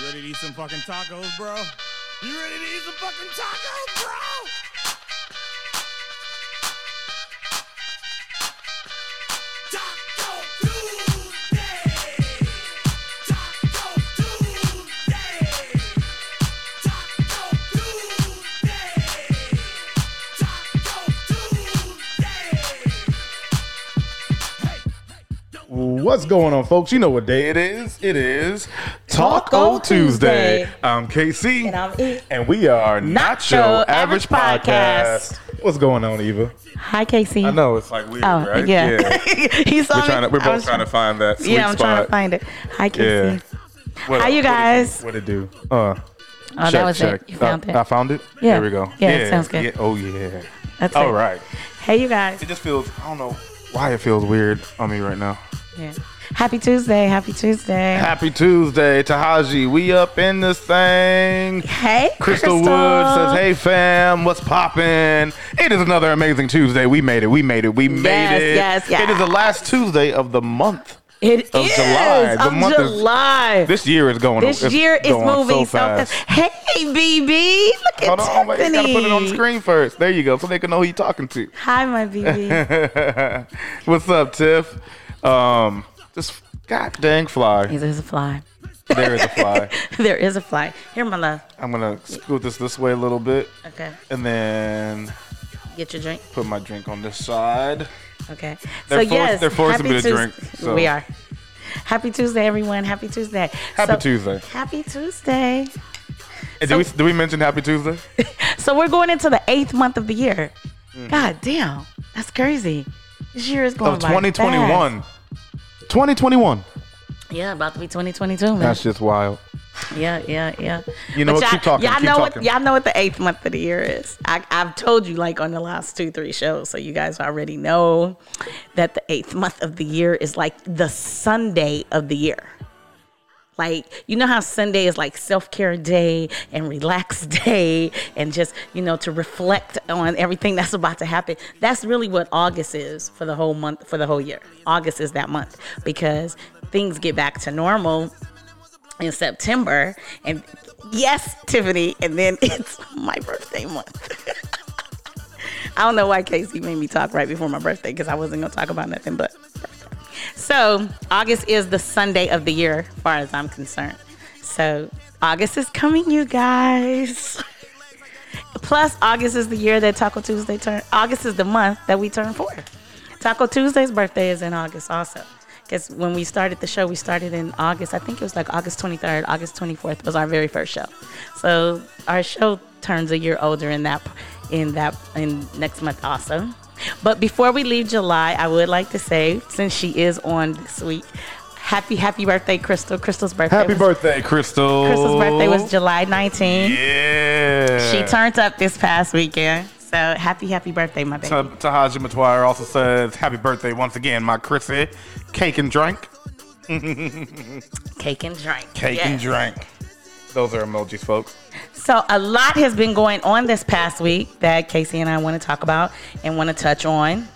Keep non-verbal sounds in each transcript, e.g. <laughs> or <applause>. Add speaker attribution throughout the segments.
Speaker 1: You ready to eat some fucking tacos, bro? You ready to eat some fucking tacos, bro?
Speaker 2: What's going on, folks? You know what day it is. It is Taco,
Speaker 3: Taco
Speaker 2: Tuesday.
Speaker 3: Tuesday.
Speaker 2: I'm KC.
Speaker 3: And I'm E.
Speaker 2: And we are Not,
Speaker 3: Your
Speaker 2: Your Average
Speaker 3: Average
Speaker 2: podcast. What's going on, Eva?
Speaker 3: Hi, Casey.
Speaker 2: I know it's like weird,
Speaker 3: Oh,
Speaker 2: right?
Speaker 3: yeah. <laughs> he saw
Speaker 2: We're, trying
Speaker 3: me.
Speaker 2: to, we're
Speaker 3: I
Speaker 2: both
Speaker 3: was
Speaker 2: trying to find that sweet
Speaker 3: Yeah, I'm trying
Speaker 2: spot.
Speaker 3: to find it. Hi, Casey. Oh,
Speaker 2: Yeah. What up? What
Speaker 3: How you
Speaker 2: it do?
Speaker 3: guys?
Speaker 2: What it do? Uh,
Speaker 3: Oh,
Speaker 2: check,
Speaker 3: that was
Speaker 2: check. Uh,
Speaker 3: it. You found
Speaker 2: I,
Speaker 3: it.
Speaker 2: I found it.
Speaker 3: Yeah.
Speaker 2: There we go.
Speaker 3: Yeah, it sounds good.
Speaker 2: Yeah. Oh yeah.
Speaker 3: That's
Speaker 2: All
Speaker 3: it.
Speaker 2: right.
Speaker 3: Hey, you guys.
Speaker 2: It just feels. I don't know why it feels weird on me right now.
Speaker 3: Yeah. Happy Tuesday. Happy Tuesday.
Speaker 2: Happy Tuesday, Tahaji. We up in this thing.
Speaker 3: Hey,
Speaker 2: Crystal, Wood says, "Hey fam, what's poppin'? It is another amazing Tuesday. We made it. We made it. We made
Speaker 3: Yes,
Speaker 2: it.
Speaker 3: yes, yes.
Speaker 2: It is the last Tuesday of the month.
Speaker 3: It is
Speaker 2: of July. The
Speaker 3: of
Speaker 2: month is-
Speaker 3: July. this
Speaker 2: This year is going. it's
Speaker 3: year is
Speaker 2: going
Speaker 3: moving so
Speaker 2: fast.
Speaker 3: fast. Hey, BB. Look at
Speaker 2: Hold on, wait, you
Speaker 3: Tiffany.
Speaker 2: gotta put it on the screen first. There you go, so they can know who you talking to. <laughs>
Speaker 3: Hi, my BB.
Speaker 2: What's up, Tiff? Um, this god dang fly.
Speaker 3: There's a fly. <laughs>
Speaker 2: There is a fly.
Speaker 3: There is a fly. Here, my love.
Speaker 2: I'm gonna scoot this this way a little bit,
Speaker 3: Okay.
Speaker 2: and then
Speaker 3: Get your drink.
Speaker 2: put my drink on this side.
Speaker 3: Okay.
Speaker 2: They're
Speaker 3: so
Speaker 2: forc-
Speaker 3: yes,
Speaker 2: they're forcing me
Speaker 3: happy
Speaker 2: to
Speaker 3: Tues-
Speaker 2: drink, so-
Speaker 3: We are. Happy Tuesday, everyone. Happy Tuesday.
Speaker 2: Happy
Speaker 3: So-
Speaker 2: Tuesday.
Speaker 3: Happy Tuesday.
Speaker 2: Hey,
Speaker 3: So-
Speaker 2: did we did we mention Happy Tuesday?
Speaker 3: So we're going into the eighth month of the year. God damn, that's crazy. This year is going
Speaker 2: Mm-hmm. of
Speaker 3: by
Speaker 2: 2021. 2021.
Speaker 3: fast. Yeah, about to be 2022, man.
Speaker 2: That's just wild.
Speaker 3: yeah, yeah, yeah.
Speaker 2: You know
Speaker 3: But
Speaker 2: what? Keep talking,
Speaker 3: Y'all
Speaker 2: keep
Speaker 3: know
Speaker 2: talking.
Speaker 3: what? Y'all know what the eighth month of the year is. I, I've told you like on the last two, three shows, so you guys already know that the eighth month of the year is like the Sunday of the year. Like you know how Sunday is like self care day and relax <laughs> day and just you know to reflect on everything that's about to happen. That's really what August is for the whole month for the whole year. August is that month because things get back to normal in September. And yes, Tiffany, and then <laughs> it's my birthday month. <laughs> I don't know why Casey made me talk right before my birthday because I wasn't gonna talk about nothing but birthday. So August is the Sunday of the year, far as I'm concerned. So August is coming, you guys. Plus, August is the year that Taco Tuesday turn. August is the month that we turn four. Taco Tuesday's birthday is in August also. Because when we started the show, we started in August. I think it was like August 23rd, August 24th was our very first show. So our show turns a year older in that in that in next month also. But before we leave July, I would like to say, since she is on this week, happy happy birthday, Crystal. Crystal's birthday.
Speaker 2: Happy
Speaker 3: was-
Speaker 2: birthday, Crystal.
Speaker 3: Crystal's birthday was July 19th.
Speaker 2: Yeah.
Speaker 3: She turned up this past weekend. So happy, happy birthday, my baby.
Speaker 2: Ta- Tahaji Matwire also says, Happy birthday once again, my Chrissy. Cake and drink.
Speaker 3: Cake and drink.
Speaker 2: Cake and
Speaker 3: Yes.
Speaker 2: drink. Those are emojis, folks.
Speaker 3: So a lot has been going on this past week that Casey and I want to talk about and want to touch on.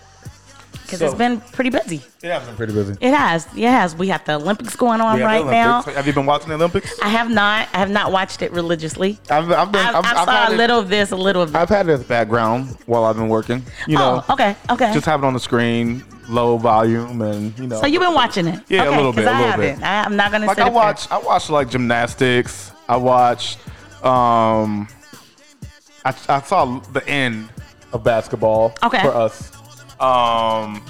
Speaker 3: Because
Speaker 2: So-
Speaker 3: it's been pretty busy.
Speaker 2: It has been pretty busy.
Speaker 3: It has. It has. We have the Olympics going on right now.
Speaker 2: Have you been watching the Olympics?
Speaker 3: I have not. I have not watched it religiously.
Speaker 2: I've, I've been.
Speaker 3: I, I
Speaker 2: had
Speaker 3: saw a
Speaker 2: it-
Speaker 3: little of this, a little of that.
Speaker 2: I've had this background while I've been working. You know,
Speaker 3: oh, okay, okay.
Speaker 2: just have it on the screen, low volume, and you know.
Speaker 3: so you've been watching it?
Speaker 2: Yeah, a
Speaker 3: okay,
Speaker 2: little bit,
Speaker 3: 'cause
Speaker 2: a
Speaker 3: I
Speaker 2: little bit.
Speaker 3: haven't. I, I'm not gonna
Speaker 2: like
Speaker 3: sit
Speaker 2: I
Speaker 3: up there.
Speaker 2: watch I watch like gymnastics. I watch um I, I saw the end of basketball
Speaker 3: Okay.
Speaker 2: for us. Um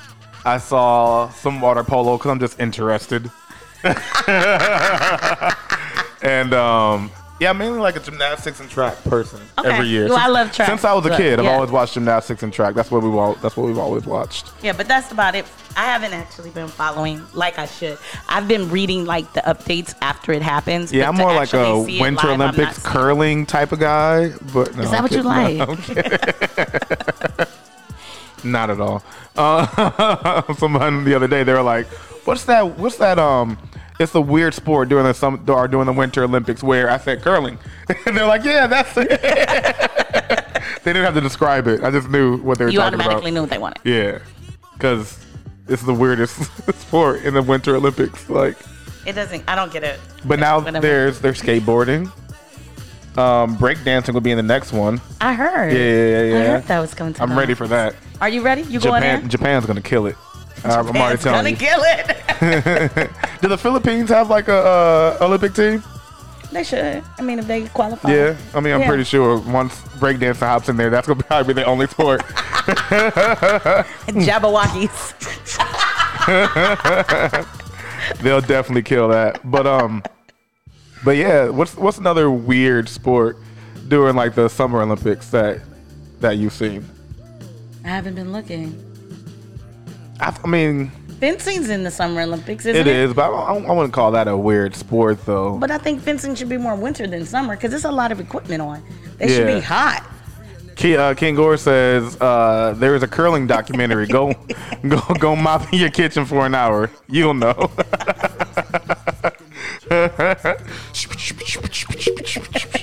Speaker 2: I saw some water polo cuz I'm just interested. <laughs> and um yeah, I'm mainly like a gymnastics and track person
Speaker 3: Okay.
Speaker 2: every year.
Speaker 3: Well, I
Speaker 2: Since-
Speaker 3: love track.
Speaker 2: Since I was a
Speaker 3: Look,
Speaker 2: kid, I've
Speaker 3: yeah.
Speaker 2: always watched gymnastics and track. That's what we all, that's what we've always watched.
Speaker 3: Yeah, but that's about it. I haven't actually been following like I should. I've been reading like the updates after it happens.
Speaker 2: Yeah,
Speaker 3: but
Speaker 2: I'm
Speaker 3: to
Speaker 2: more like a
Speaker 3: actually see it
Speaker 2: Winter
Speaker 3: live, I'm not
Speaker 2: Olympics
Speaker 3: seeing-
Speaker 2: curling type of guy. But no,
Speaker 3: Is that
Speaker 2: I'm
Speaker 3: what you
Speaker 2: kidding.
Speaker 3: like?
Speaker 2: No, I'm <laughs> Not at all. Uh, <laughs> someone the other day they were like, "What's that? What's that? Um, it's a weird sport during the summer or during the Winter Olympics." Where I said curling, <laughs> and they're like, "Yeah, that's it." <laughs> they didn't have to describe it. I just knew what they were
Speaker 3: you
Speaker 2: talking
Speaker 3: automatically
Speaker 2: about.
Speaker 3: knew what they wanted.
Speaker 2: <laughs> Yeah, because it's the weirdest sport in the Winter Olympics. Like,
Speaker 3: It doesn't. I don't get it.
Speaker 2: But now
Speaker 3: Whatever.
Speaker 2: there's there's skateboarding. Um, breakdancing will be in the next one.
Speaker 3: I heard.
Speaker 2: Yeah, yeah, yeah,
Speaker 3: I
Speaker 2: yeah.
Speaker 3: heard that was coming. To
Speaker 2: I'm ready for that.
Speaker 3: Are you ready? You going
Speaker 2: Japan,
Speaker 3: in?
Speaker 2: Japan's gonna kill it. I- I'm already
Speaker 3: Japan's gonna
Speaker 2: telling you.
Speaker 3: kill it.
Speaker 2: Do the Philippines have like a uh, Olympic team?
Speaker 3: <laughs> they should. I mean, if they qualify.
Speaker 2: Yeah, I mean, I'm
Speaker 3: Oh. Yeah.
Speaker 2: pretty sure once breakdancing hops in there, that's gonna <laughs> probably be the only sport.
Speaker 3: <laughs> Jabberwockies. <laughs>
Speaker 2: They'll definitely kill that. But um, but yeah, what's what's another weird sport during like the Summer Olympics that that you've seen?
Speaker 3: I haven't been looking.
Speaker 2: I, I mean,
Speaker 3: Fencing's in the Summer Olympics, isn't
Speaker 2: it
Speaker 3: it?
Speaker 2: is, but I, don't- I wouldn't call that a weird sport though.
Speaker 3: But I think fencing should be more winter than summer because there's a lot of equipment on. They should
Speaker 2: Yeah.
Speaker 3: be hot.
Speaker 2: Ki uh, King Gore says uh, there is a curling documentary. go, <laughs> go, go mop in your kitchen for an hour. You'll know. <laughs>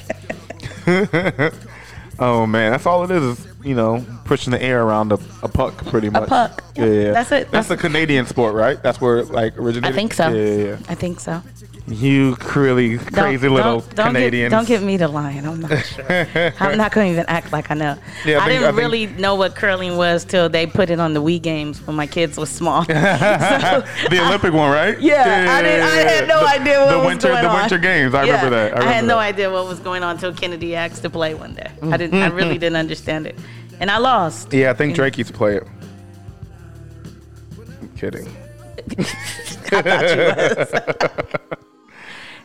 Speaker 2: oh man, that's all it is. Is you know pushing the air around a, a puck, pretty much.
Speaker 3: puck.
Speaker 2: Yeah, yeah.
Speaker 3: That's it.
Speaker 2: That's a Canadian sport, right? That's where it, like
Speaker 3: I
Speaker 2: originated.
Speaker 3: think so.
Speaker 2: Yeah, yeah. yeah.
Speaker 3: I think so.
Speaker 2: You really crazy little Canadians.
Speaker 3: Get, don't
Speaker 2: <laughs>
Speaker 3: get me to lying. I'm not sure. I'm not going to even act like I know.
Speaker 2: Yeah, I think-
Speaker 3: I, didn't
Speaker 2: I think-
Speaker 3: really know what curling was till they put it on the Wii games when my kids were
Speaker 2: <laughs>
Speaker 3: small. So,
Speaker 2: the Olympic one, right?
Speaker 3: <laughs> Yeah, I didn't- I had no
Speaker 2: the,
Speaker 3: idea what
Speaker 2: the
Speaker 3: was
Speaker 2: winter,
Speaker 3: going
Speaker 2: the
Speaker 3: on.
Speaker 2: winter games. I
Speaker 3: yeah,
Speaker 2: remember that. I, remember
Speaker 3: had no
Speaker 2: that.
Speaker 3: idea what was going on till Kennedy asked to play one day. I didn't.
Speaker 2: Mm,
Speaker 3: I really didn't understand it, and I lost.
Speaker 2: Yeah, I think Drake used to play it. I'm kidding. <laughs>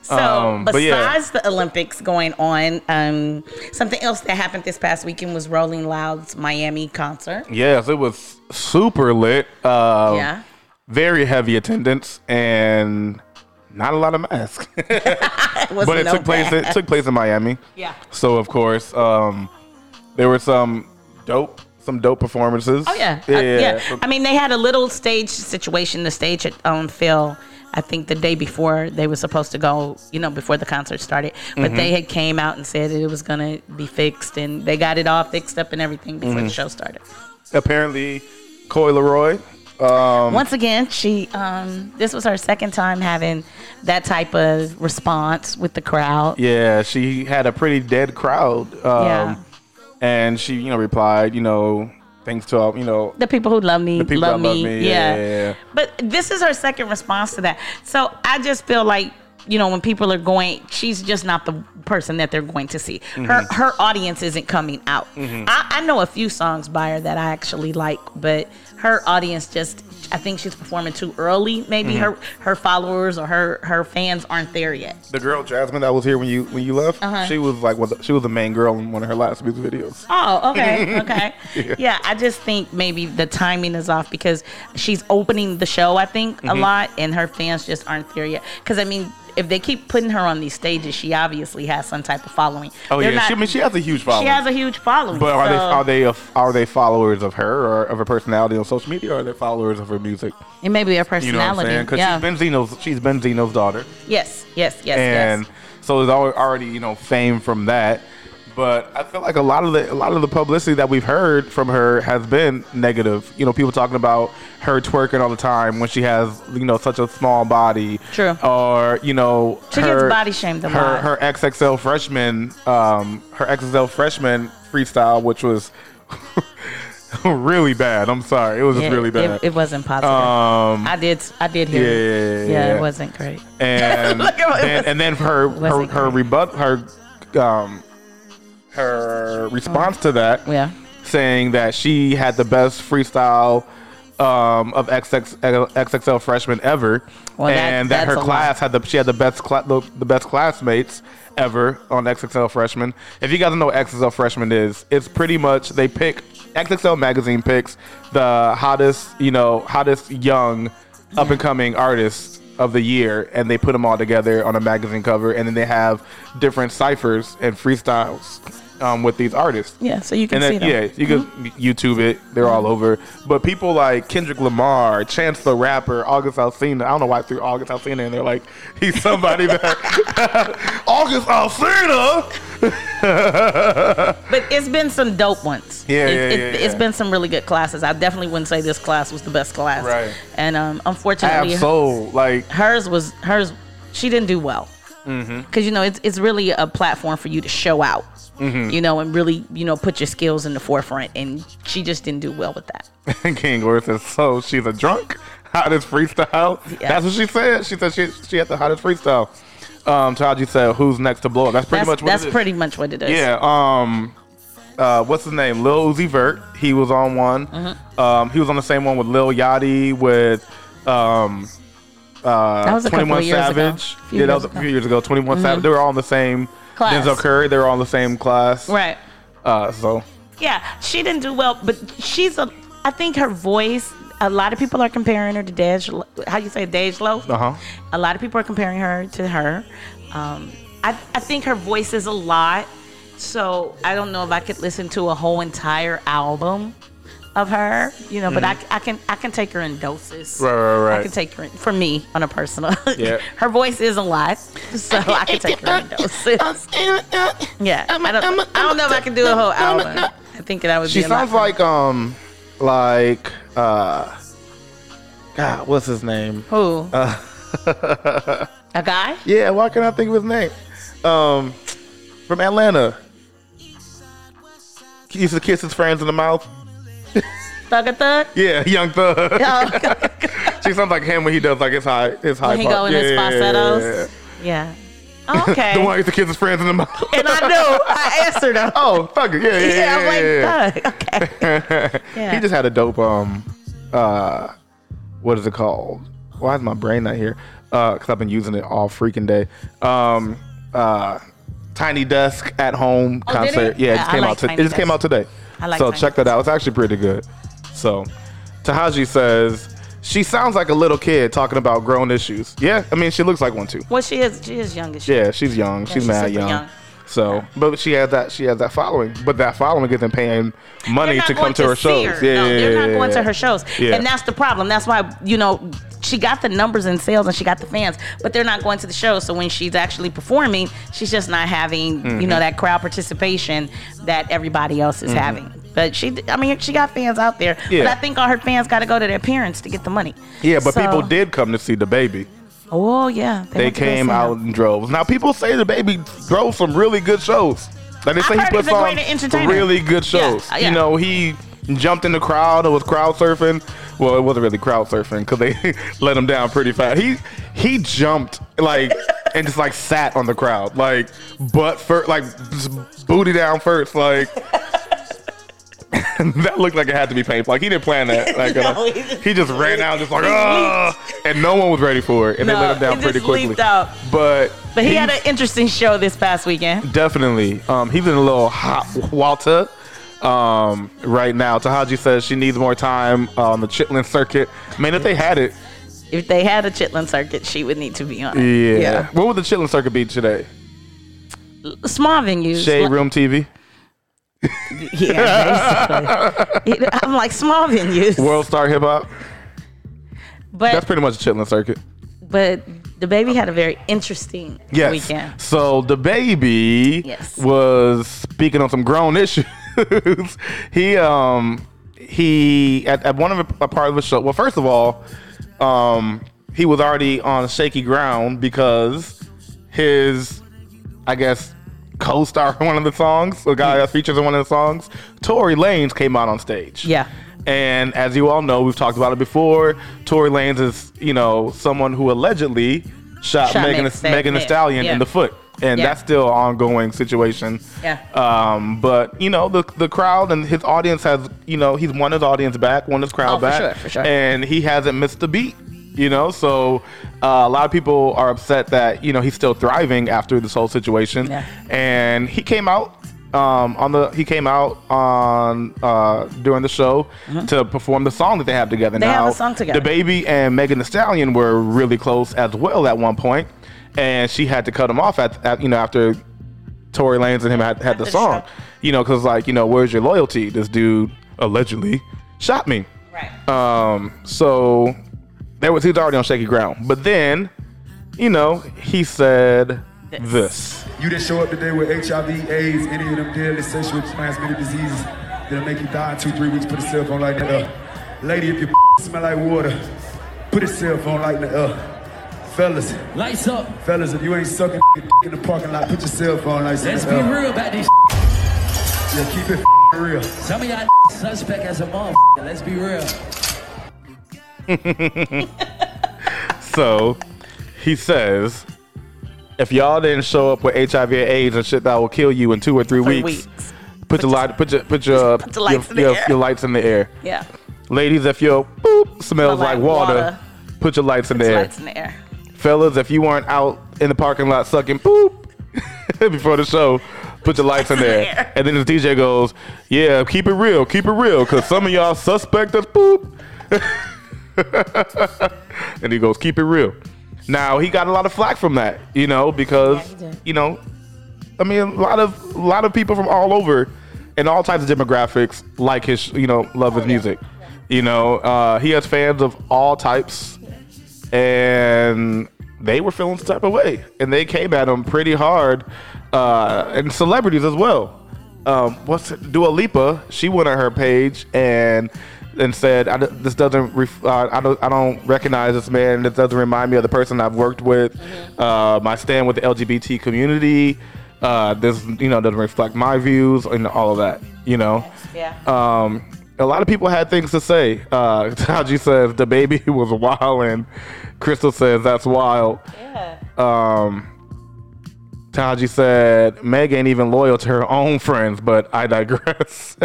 Speaker 3: So,
Speaker 2: Um, but yeah.
Speaker 3: besides the Olympics going on, um, something else that happened this past weekend was Rolling Loud's Miami concert.
Speaker 2: Yes, it was super lit. Uh,
Speaker 3: Yeah.
Speaker 2: Very heavy attendance and not a lot of masks. <laughs>
Speaker 3: It was
Speaker 2: but it
Speaker 3: no
Speaker 2: took place.
Speaker 3: bad.
Speaker 2: It took place in Miami.
Speaker 3: Yeah.
Speaker 2: So of course, um, there were some dope, some dope performances.
Speaker 3: Oh yeah. Uh,
Speaker 2: Yeah.
Speaker 3: I mean, they had a little stage situation. The stage had um, fell. I think the day before they were supposed to go, you know, before the concert started, but
Speaker 2: Mm-hmm.
Speaker 3: they had came out and said that it was gonna be fixed, and they got it all fixed up and everything before
Speaker 2: Mm-hmm.
Speaker 3: the show started.
Speaker 2: Apparently, Coy Leroy. Um,
Speaker 3: Once again, she um, this was her second time having that type of response with the crowd.
Speaker 2: Yeah, she had a pretty dead crowd. Um,
Speaker 3: Yeah.
Speaker 2: And she, you know, replied, you know, thanks to, all- you know,
Speaker 3: The people who love me,
Speaker 2: people
Speaker 3: love,
Speaker 2: that love
Speaker 3: me.
Speaker 2: me, yeah,
Speaker 3: Yeah.
Speaker 2: yeah, yeah.
Speaker 3: But this is her second response to that. So I just feel like, you know, when people are going, she's just not the person that they're going to see. Her
Speaker 2: Mm-hmm.
Speaker 3: her audience isn't coming out. I, I know a few songs by her that I actually like, but her audience just I think she's performing too early. Maybe
Speaker 2: Mm-hmm.
Speaker 3: her her followers or her her fans aren't there yet.
Speaker 2: the girl Jasmine that was here when you when you left.
Speaker 3: Uh-huh.
Speaker 2: She was like, one of the- she was the main girl in one of her last music videos. <laughs>
Speaker 3: Oh, okay, okay. yeah. I just think maybe the timing is off because she's opening the show, I think,
Speaker 2: Mm-hmm.
Speaker 3: a lot, and her fans just aren't there yet. Because, I mean, if they keep putting her on these stages, she obviously has some type of following.
Speaker 2: Oh
Speaker 3: They're
Speaker 2: yeah,
Speaker 3: not-
Speaker 2: she, I mean, she has a huge following.
Speaker 3: she has a huge following.
Speaker 2: but are
Speaker 3: so-
Speaker 2: they are they a, are they followers of her or of her personality on social media, or are they followers of her music?
Speaker 3: It may be her
Speaker 2: You know what I'm
Speaker 3: personality.
Speaker 2: saying? Because
Speaker 3: yeah.
Speaker 2: she's Benzino's she's Benzino's daughter.
Speaker 3: yes, yes, yes,
Speaker 2: and
Speaker 3: yes.
Speaker 2: so there's al- already you know fame from that. But I feel like a lot of the a lot of the publicity that we've heard from her has been negative. You know, people talking about her twerking all the time when she has you know such a small body.
Speaker 3: True.
Speaker 2: Or you know,
Speaker 3: She gets body shamed a
Speaker 2: her,
Speaker 3: lot.
Speaker 2: Her XXL freshman, um, her XXL freshman freestyle, which was <laughs> really bad. I'm sorry, it was
Speaker 3: Yeah,
Speaker 2: just really bad.
Speaker 3: It, it wasn't positive.
Speaker 2: um,
Speaker 3: I did, I did hear.
Speaker 2: yeah, yeah,
Speaker 3: it.
Speaker 2: yeah, yeah.
Speaker 3: it wasn't great.
Speaker 2: and
Speaker 3: Look at what-
Speaker 2: then, and then her her,
Speaker 3: Wasn't
Speaker 2: her rebut her um her response to that
Speaker 3: Yeah.
Speaker 2: saying that she had the best freestyle um, of XX, XXL freshmen ever,
Speaker 3: Well, that-
Speaker 2: and that,
Speaker 3: that's
Speaker 2: her
Speaker 3: a lot.
Speaker 2: class had the she had the best cla- the, the best classmates ever on XXL freshmen. If you guys don't know what XXL freshmen is, it's pretty much they pick XXL magazine picks the hottest you know hottest young up and coming artists of the year, and they put them all together on a magazine cover, and then they have different ciphers and freestyles um, with these artists
Speaker 3: Yeah, so you can see
Speaker 2: and
Speaker 3: them. Mm-hmm.
Speaker 2: then, yeah, you can YouTube it. They're all over. But people like Kendrick Lamar, Chance the Rapper, August Alsina. I don't know why I threw August Alsina in there. Like he's somebody that <laughs> August Alsina.
Speaker 3: But it's been some dope ones.
Speaker 2: Yeah,
Speaker 3: it,
Speaker 2: yeah,
Speaker 3: it,
Speaker 2: yeah,
Speaker 3: It's
Speaker 2: yeah.
Speaker 3: been some really good classes. I definitely wouldn't say this class was the best class.
Speaker 2: Right.
Speaker 3: And um,
Speaker 2: Ab
Speaker 3: unfortunately,
Speaker 2: Soul. Like <laughs>
Speaker 3: hers was hers she didn't do well.
Speaker 2: Mm-hmm.
Speaker 3: Because you know it's it's really a platform for you to show out,
Speaker 2: Mm-hmm.
Speaker 3: you know, and really you know put your skills in the forefront, and she just didn't do well with that.
Speaker 2: King Glory says, "So she's a drunk, hottest freestyle."
Speaker 3: Yeah.
Speaker 2: That's what she said. She said she she had the hottest freestyle. Um, Taji said, "Who's next to blow up?" That's pretty
Speaker 3: that's
Speaker 2: much what
Speaker 3: that's
Speaker 2: it is.
Speaker 3: pretty much what it is.
Speaker 2: Yeah. Um, uh, what's his name? Lil Uzi Vert. He was on one.
Speaker 3: Mm-hmm.
Speaker 2: Um, he was on the same one with Lil Yachty with um, uh,
Speaker 3: That was a couple
Speaker 2: 21
Speaker 3: of years ago.
Speaker 2: Savage.
Speaker 3: A few
Speaker 2: Yeah, that was
Speaker 3: years
Speaker 2: a
Speaker 3: ago. Mm-hmm.
Speaker 2: few years ago. 21 Savage. They were all in the same
Speaker 3: Class.
Speaker 2: Denzel Curry. They were all in the same class.
Speaker 3: right.
Speaker 2: Uh, so
Speaker 3: Yeah, she didn't do well, but she's a. I think her voice. A lot of people are comparing her to Dej. Lo- How you say Dej Loaf?
Speaker 2: Uh-huh.
Speaker 3: A lot of people are comparing her to her. Um, I I think her voice is a lot, so I don't know if I could listen to a whole entire album of her. You know, but I, I can I can take her in doses.
Speaker 2: Mm. Right, right, right.
Speaker 3: I can take her in, for me on a personal.
Speaker 2: Yeah.
Speaker 3: <laughs> Her voice is a lot, so I can take
Speaker 2: <laughs>
Speaker 3: her in doses. Yeah, I don't, I don't know if I can do a whole album. I think that would
Speaker 2: she
Speaker 3: be a lot
Speaker 2: sounds
Speaker 3: for me.
Speaker 2: like um, like uh, God, what's his name?
Speaker 3: Who? a
Speaker 2: <laughs>
Speaker 3: guy?
Speaker 2: Yeah, why can't I think of his name? Um, from Atlanta. He used to kiss his friends in the mouth.
Speaker 3: Thug a thug?
Speaker 2: Yeah, <laughs> Young
Speaker 3: <laughs>
Speaker 2: Thug.
Speaker 3: Oh,
Speaker 2: she sounds like him when he does like his high, his high.
Speaker 3: when he
Speaker 2: part.
Speaker 3: go in
Speaker 2: yeah,
Speaker 3: his
Speaker 2: yeah,
Speaker 3: falsettos? Yeah. Oh,
Speaker 2: yeah.
Speaker 3: okay.
Speaker 2: <laughs> The one who used to kiss his friends in the mouth.
Speaker 3: <laughs> and I knew. I answered him.
Speaker 2: oh, fuck it. <laughs> Yeah, yeah,
Speaker 3: <laughs> yeah,
Speaker 2: yeah. yeah,
Speaker 3: I'm like, thug. Okay.
Speaker 2: <laughs> yeah.
Speaker 3: yeah.
Speaker 2: He just had a dope um, uh, what is it called? Why is my brain not here? Uh, cause I've been using it all freaking day. Um, uh, Tiny Desk at Home
Speaker 3: Oh, did it?
Speaker 2: concert. Yeah, it
Speaker 3: Yeah,
Speaker 2: just
Speaker 3: I
Speaker 2: came
Speaker 3: like
Speaker 2: out. To- it
Speaker 3: Tiny
Speaker 2: just came
Speaker 3: Desk.
Speaker 2: out today.
Speaker 3: I like
Speaker 2: so
Speaker 3: Tiny
Speaker 2: check that out. It's actually pretty good. So, Tahaji says she sounds like a little kid talking about grown issues. Yeah, I mean she looks like one too.
Speaker 3: Well, she is. She is young as shit.
Speaker 2: Yeah, she's young. she's,
Speaker 3: she's
Speaker 2: mad
Speaker 3: super
Speaker 2: young.
Speaker 3: young.
Speaker 2: So, but she has that. She has that following. But that following isn't paying money
Speaker 3: They're
Speaker 2: to come
Speaker 3: not going
Speaker 2: to her
Speaker 3: see
Speaker 2: shows. Yeah,
Speaker 3: no,
Speaker 2: yeah,
Speaker 3: they're
Speaker 2: yeah,
Speaker 3: not going
Speaker 2: yeah.
Speaker 3: to her shows,
Speaker 2: Yeah.
Speaker 3: and that's the problem. That's why you know she got the numbers and sales, and she got the fans, but they're not going to the shows. So when she's actually performing, she's just not having you
Speaker 2: Mm-hmm.
Speaker 3: know that crowd participation that everybody else is having. But she, I mean, she got fans out there.
Speaker 2: Yeah.
Speaker 3: But I think all her fans got to go to their parents to get the money.
Speaker 2: Yeah, but
Speaker 3: So-
Speaker 2: people did come to see the baby.
Speaker 3: Oh yeah,
Speaker 2: They
Speaker 3: went to go
Speaker 2: came
Speaker 3: see her.
Speaker 2: out in droves. Now people say the baby drove some really good shows. Like they say
Speaker 3: I've
Speaker 2: he
Speaker 3: heard
Speaker 2: puts
Speaker 3: he's a
Speaker 2: on
Speaker 3: great entertainer.
Speaker 2: really good shows.
Speaker 3: Yeah, yeah.
Speaker 2: You know, he jumped in the crowd and was crowd surfing. Well, it wasn't really crowd surfing because they <laughs> let him down pretty fast. He he jumped like and just like sat on the crowd, like butt first, like just booty down first, like. <laughs> that looked like it had to be painful. Like he didn't plan that. Like
Speaker 3: <laughs> No,
Speaker 2: uh,
Speaker 3: he
Speaker 2: he,
Speaker 3: just-
Speaker 2: just,
Speaker 3: <laughs>
Speaker 2: ran out, just like
Speaker 3: he
Speaker 2: ah, and no one was ready for it, and they
Speaker 3: No,
Speaker 2: let him
Speaker 3: he
Speaker 2: down
Speaker 3: just
Speaker 2: pretty quickly.
Speaker 3: leaped out.
Speaker 2: But
Speaker 3: But he
Speaker 2: he's
Speaker 3: had an interesting show this past weekend.
Speaker 2: definitely. Um, he's in a little hot water um, right now. Tahaji says she needs more time on the Chitlin circuit. Man, if they had it,
Speaker 3: If they had a Chitlin circuit, she would need to be on. it.
Speaker 2: yeah. What would the Chitlin circuit be today?
Speaker 3: Small venues.
Speaker 2: Shade
Speaker 3: like-
Speaker 2: Room TV, <laughs>
Speaker 3: Yeah, basically. It- I'm like small venues,
Speaker 2: World Star Hip Hop. That's
Speaker 3: but
Speaker 2: pretty much the Chitlin circuit.
Speaker 3: but the baby had a very interesting
Speaker 2: Yes.
Speaker 3: weekend.
Speaker 2: So the baby
Speaker 3: Yes.
Speaker 2: was speaking on some grown <laughs> issues. he um he at, at one of a, a part of the show. Well, first of all, um he was already on shaky ground because his I guess co-star in one of the songs, the guy that features in one of the songs, Tory Lanez came out on stage.
Speaker 3: Yeah.
Speaker 2: And as you all know, we've talked about it before. Tory Lanez is, you know, someone who allegedly shot,
Speaker 3: Shot
Speaker 2: Megan,
Speaker 3: Meg-
Speaker 2: Megan, Megan Thee
Speaker 3: Meg,
Speaker 2: Stallion
Speaker 3: yeah.
Speaker 2: in the foot, and
Speaker 3: Yeah.
Speaker 2: that's still an ongoing situation.
Speaker 3: Yeah.
Speaker 2: Um, but you know, the the crowd and his audience has, you know, he's won his audience back, won his crowd
Speaker 3: Oh, for
Speaker 2: back,
Speaker 3: sure, for sure.
Speaker 2: and he hasn't missed a beat. You know, so uh, a lot of people are upset that you know he's still thriving after this whole situation,
Speaker 3: Yeah.
Speaker 2: and he came out um, on the he came out on uh, during the show to perform the song that they have together.
Speaker 3: Mm-hmm. They have
Speaker 2: now,
Speaker 3: a song together.
Speaker 2: The baby and Megan Thee Stallion were really close as well at one point, and she had to cut him off at, at you know after Tory Lanez and him had, had the
Speaker 3: the
Speaker 2: song,
Speaker 3: show.
Speaker 2: you know, because like you know, where's your loyalty? This dude allegedly shot me.
Speaker 3: Right.
Speaker 2: Um, so there was he was already on shaky ground, but then, you know, he said
Speaker 3: This.
Speaker 2: this.
Speaker 4: You that show up today with HIV, AIDS, any of them deadly sexually transmitted diseases that'll make you die in two, three weeks, put a cell phone <laughs> light in the up. Lady, if your smell like water, put a cell phone light in the up. Fellas,
Speaker 5: Lights up.
Speaker 4: fellas, if you ain't sucking <laughs> in the parking lot, put your cell phone lights
Speaker 5: Let's
Speaker 4: in
Speaker 5: be
Speaker 4: the L.
Speaker 5: real about this.
Speaker 4: Yeah, keep it <laughs> real.
Speaker 5: Some of y'all suspect as a motherfucker. Let's be real.
Speaker 2: So he says, if y'all didn't show up with HIV or AIDS and shit that will kill you in two or three
Speaker 3: Three
Speaker 2: weeks, Put, your light, put your put your
Speaker 3: <laughs> Put the lights
Speaker 2: your,
Speaker 3: in the
Speaker 2: your-
Speaker 3: air.
Speaker 2: your lights in the air,
Speaker 3: Yeah.
Speaker 2: ladies. If your boop smells
Speaker 3: Smell like
Speaker 2: like water,
Speaker 3: water.
Speaker 2: put your lights in the
Speaker 3: It's
Speaker 2: air,
Speaker 3: lights in the air.
Speaker 2: fellas. If you weren't out in the parking lot sucking boop <laughs> before the show, put your lights in
Speaker 3: in
Speaker 2: there.
Speaker 3: the air.
Speaker 2: And then the DJ goes, "Yeah, keep it real, keep it real, cause some of y'all suspect us boop." and he goes, "Keep it real." Now he got a lot of flack from that, you know, because
Speaker 3: Yeah, he did.
Speaker 2: you know, I mean, a lot of a lot of people from all over and all types of demographics like his, you know, love
Speaker 3: Oh,
Speaker 2: his music. You know, uh, he has fans of all types, and they were feeling some type of way, and they came at him pretty hard, uh, and celebrities as well. Um, what's Dua Lipa? She went on her page and and said, I, d- "This doesn't. Ref- uh, I don't. I don't recognize this man. This doesn't remind me of the person I've worked with. Uh, my stand with the LGBT community. Uh, this, you know, doesn't reflect my views and all of that. You know."
Speaker 3: Yeah.
Speaker 2: um, a lot of people had things to say. Uh, <laughs> Taji says the baby <laughs> was wild, and Crystal says that's wild.
Speaker 3: yeah.
Speaker 2: Um, Taji said Meg ain't even loyal to her own friends, but I digress.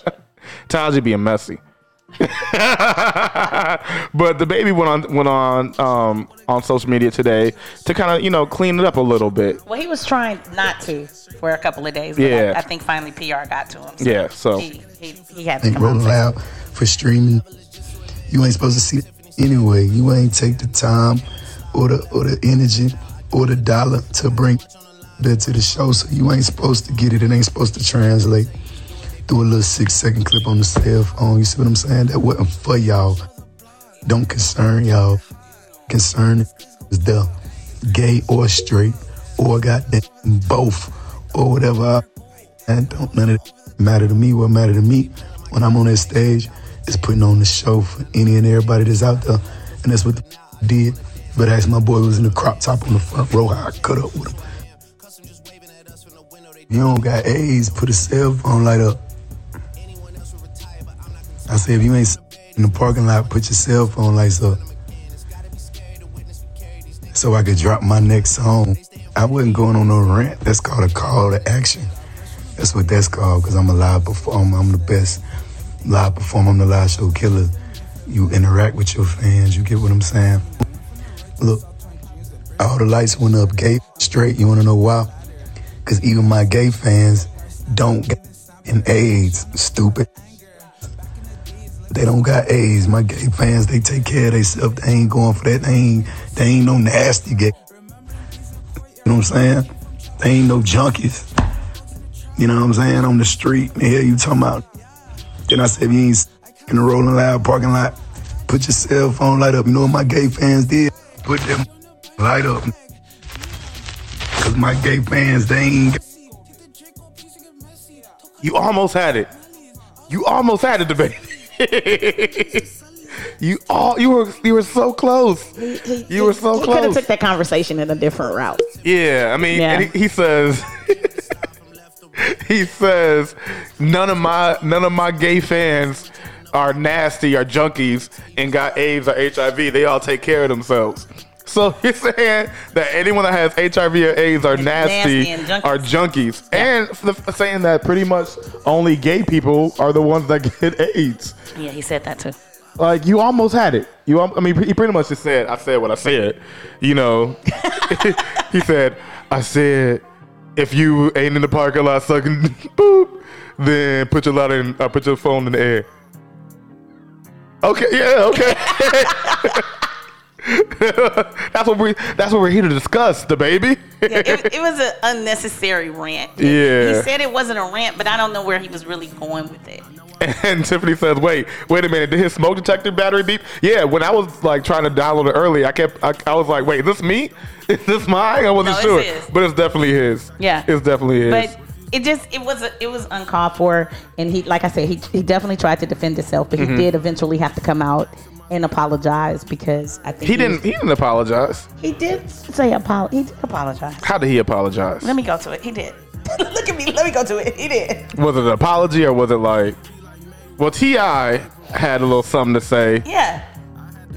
Speaker 2: <laughs> Taji being messy. <laughs> but the baby went on went on um, on social media today to kind of you know clean it up a little bit.
Speaker 3: Well, he was trying not to for a couple of days. But
Speaker 2: Yeah.
Speaker 3: I, I think finally PR got to him. So
Speaker 2: Yeah, so
Speaker 3: He, he, he had to
Speaker 6: They
Speaker 3: come out.
Speaker 6: wrote
Speaker 3: and say
Speaker 6: loud for streaming. You ain't supposed to see it anyway. You ain't take the time or the or the energy or the dollar to bring that to the show. So you ain't supposed to get it. It ain't supposed to translate. Do a little six second clip on the cell phone. You see what I'm saying? That wasn't for y'all. Don't concern y'all. Concern is the gay or straight or goddamn both or whatever. And don't none of that matter to me. What matter to me when I'm on that stage is putting on the show for any and everybody that's out there. And that's what the <laughs> did. But as my boy was in the crop top on the front row, how I cut up with him. You don't got AIDS, put a cell phone light up. I said, if you ain't in the parking lot, put your cell phone lights up. So I could drop my next song. I wasn't going on no rant. That's called a call to action. That's what that's called, because I'm a live performer. I'm the best live performer. I'm the live show killer. You interact with your fans. You get what I'm saying? Look, all the lights went up gay straight. You want to know why? Because even my gay fans don't get in AIDS, stupid. They don't got AIDS. My gay fans, they take care of themselves. They ain't going for that. They ain't, they ain't no nasty gay. You know what I'm saying? They ain't no junkies. You know what I'm saying? On the street, and here you talking about. Then I said, if you ain't s- in the Rolling Loud parking lot, put your cell phone light up. You know what my gay fans did? Put them light up. Cause my gay fans, they ain't got
Speaker 2: You almost had it. You almost had it, debate. <laughs> you all you were you were so close. You were so
Speaker 3: he could have
Speaker 2: close.
Speaker 3: took that conversation in a different route.
Speaker 2: Yeah, I mean,
Speaker 3: Yeah.
Speaker 2: and he, he says. <laughs> he says none of my none of my gay fans are nasty or junkies and got AIDS or HIV. They all take care of themselves. So <laughs> he's saying that anyone that has HIV or AIDS are nasty,
Speaker 3: nasty and junkies.
Speaker 2: are junkies, and f- saying that pretty much only gay people are the ones that <laughs> get AIDS.
Speaker 3: Yeah, he said that too.
Speaker 2: Like you almost had it. You, al- I mean, he pretty much just said, "I said what I said." You know, <laughs> he said, "I said if you ain't in the parking lot sucking <laughs> boop, then put your lot in, uh, put your phone in the air." Okay, yeah, okay. <laughs> that's what we. That's what we're here to discuss, the baby. <laughs>
Speaker 3: Yeah, it, it was an unnecessary rant.
Speaker 2: Yeah.
Speaker 3: He said it wasn't a rant, but I don't know where he was really going with it.
Speaker 2: And Tiffany says, "Wait, wait a minute. Did his smoke detector battery beep? Yeah. When I was like trying to download it early, I kept. I, I was like, wait, is this me? <laughs> Is this mine? I wasn't
Speaker 3: No, it's
Speaker 2: sure,
Speaker 3: his.
Speaker 2: but it's definitely his.
Speaker 3: Yeah.
Speaker 2: it's definitely his.
Speaker 3: But it it just it was it was uncalled for, and he like I said he he definitely tried to defend himself, but
Speaker 2: Mm-hmm.
Speaker 3: he did eventually have to come out and apologize because I think
Speaker 2: He didn't. He didn't apologize.
Speaker 3: was- he did say apol he did apologize.
Speaker 2: How did he apologize?
Speaker 3: Let me go to it. He did. <laughs> Look at me. Let me go to it. He did.
Speaker 2: Was it an apology or was it like? Well, Ti had a little something to say.
Speaker 3: Yeah.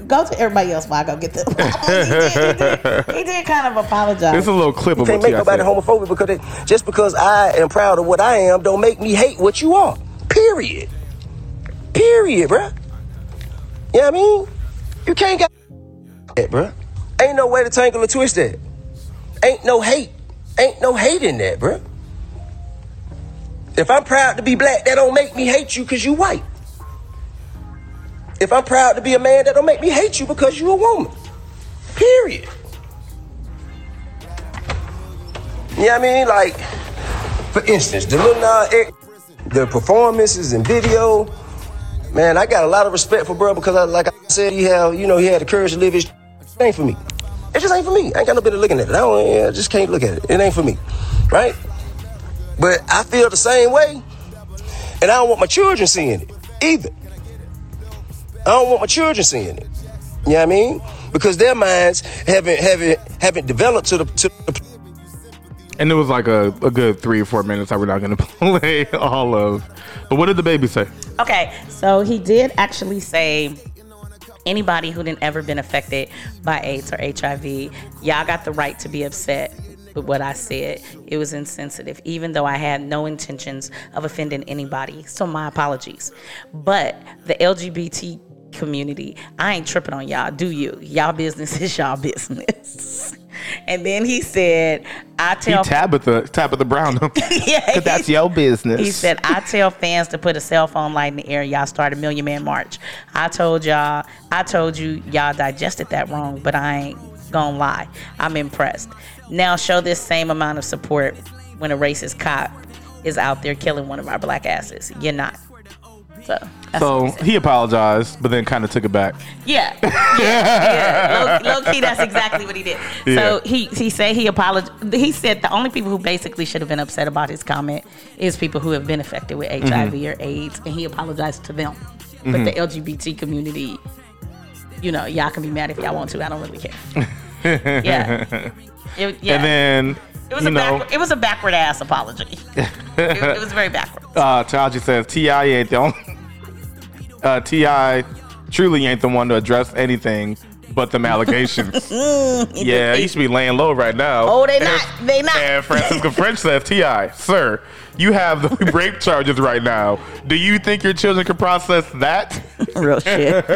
Speaker 3: Go to everybody else while I go get the. <laughs> he, did, he, did, he did kind of apologize.
Speaker 2: This is a little clip of
Speaker 7: You can't
Speaker 2: what
Speaker 7: make
Speaker 2: Ti
Speaker 7: nobody
Speaker 2: said.
Speaker 7: homophobic because they, just because I am proud of what I am, don't make me hate what you are. Period. Period, bruh. You know what I mean? You can't get that, bruh. Ain't no way to tangle or twist that. Ain't no hate. Ain't no hate in that, bruh. If I'm proud to be black, that don't make me hate you because you white. If I'm proud to be a man, that don't make me hate you because you a woman. Period. You know what I mean? Like, for instance, the Lil Nas X, the performances and video, man, I got a lot of respect for bro because, I, like I said, he had, you know, he had the courage to live his ain't for me. It just ain't for me. I ain't got no business looking at it. I don't, yeah, I just can't look at it. It ain't for me, right? But I feel the same way, and I don't want my children seeing it either. I don't want my children seeing it. You know what I mean? Because their minds haven't haven't haven't developed to the to the
Speaker 2: And it was like a, a good three or four minutes that we're not going to <laughs> play all of. But what did the baby say?
Speaker 3: Okay, so he did actually say anybody who didn't ever been affected by AIDS or HIV, y'all got the right to be upset with what I said. It was insensitive, even though I had no intentions of offending anybody. So my apologies. But the LGBT community, I ain't tripping on y'all, do you? Y'all business <laughs> is y'all business. <laughs> and then he said, I
Speaker 2: He
Speaker 3: tell
Speaker 2: Tabitha Tabitha
Speaker 3: <laughs>
Speaker 2: Brown. Because <laughs>
Speaker 3: yeah, he
Speaker 2: that's your business.
Speaker 3: he said, I tell fans to put a cell phone light in the air. Y'all started Million Man March. I told y'all, I told you, y'all digested that wrong, but I ain't gonna lie. I'm impressed. Now show this same amount of support when a racist cop is out there killing one of our black asses. You're not. So, that's
Speaker 2: So
Speaker 3: what he said.
Speaker 2: he apologized, but then kind of took it back.
Speaker 3: Yeah. <laughs> Yeah. yeah. Low, low key, that's exactly what he did. So
Speaker 2: Yeah.
Speaker 3: he, he said he apologized. He said the only people who basically should have been upset about his comment is people who have been affected with
Speaker 2: Mm-hmm.
Speaker 3: HIV or AIDS, and he apologized to them. But the LGBT community, you know, y'all can be mad if y'all want to. I don't really care.
Speaker 2: <laughs>
Speaker 3: yeah. It, yeah.
Speaker 2: And then,
Speaker 3: it was
Speaker 2: you
Speaker 3: a
Speaker 2: know,
Speaker 3: backward, it was a backward
Speaker 2: <laughs>
Speaker 3: ass apology. it, it was very <laughs> backwards.
Speaker 2: uh, Taji says, T.I. ain't the only. <laughs> Uh, T.I. truly ain't the one to address anything but them
Speaker 3: <laughs>
Speaker 2: allegations. yeah, he should be laying low right now.
Speaker 3: Oh, they not. They not.
Speaker 2: And Francisco French says, T.I., sir, you have the <laughs> rape charges right now. Do you think your children can process that?
Speaker 3: Oh, Real shit.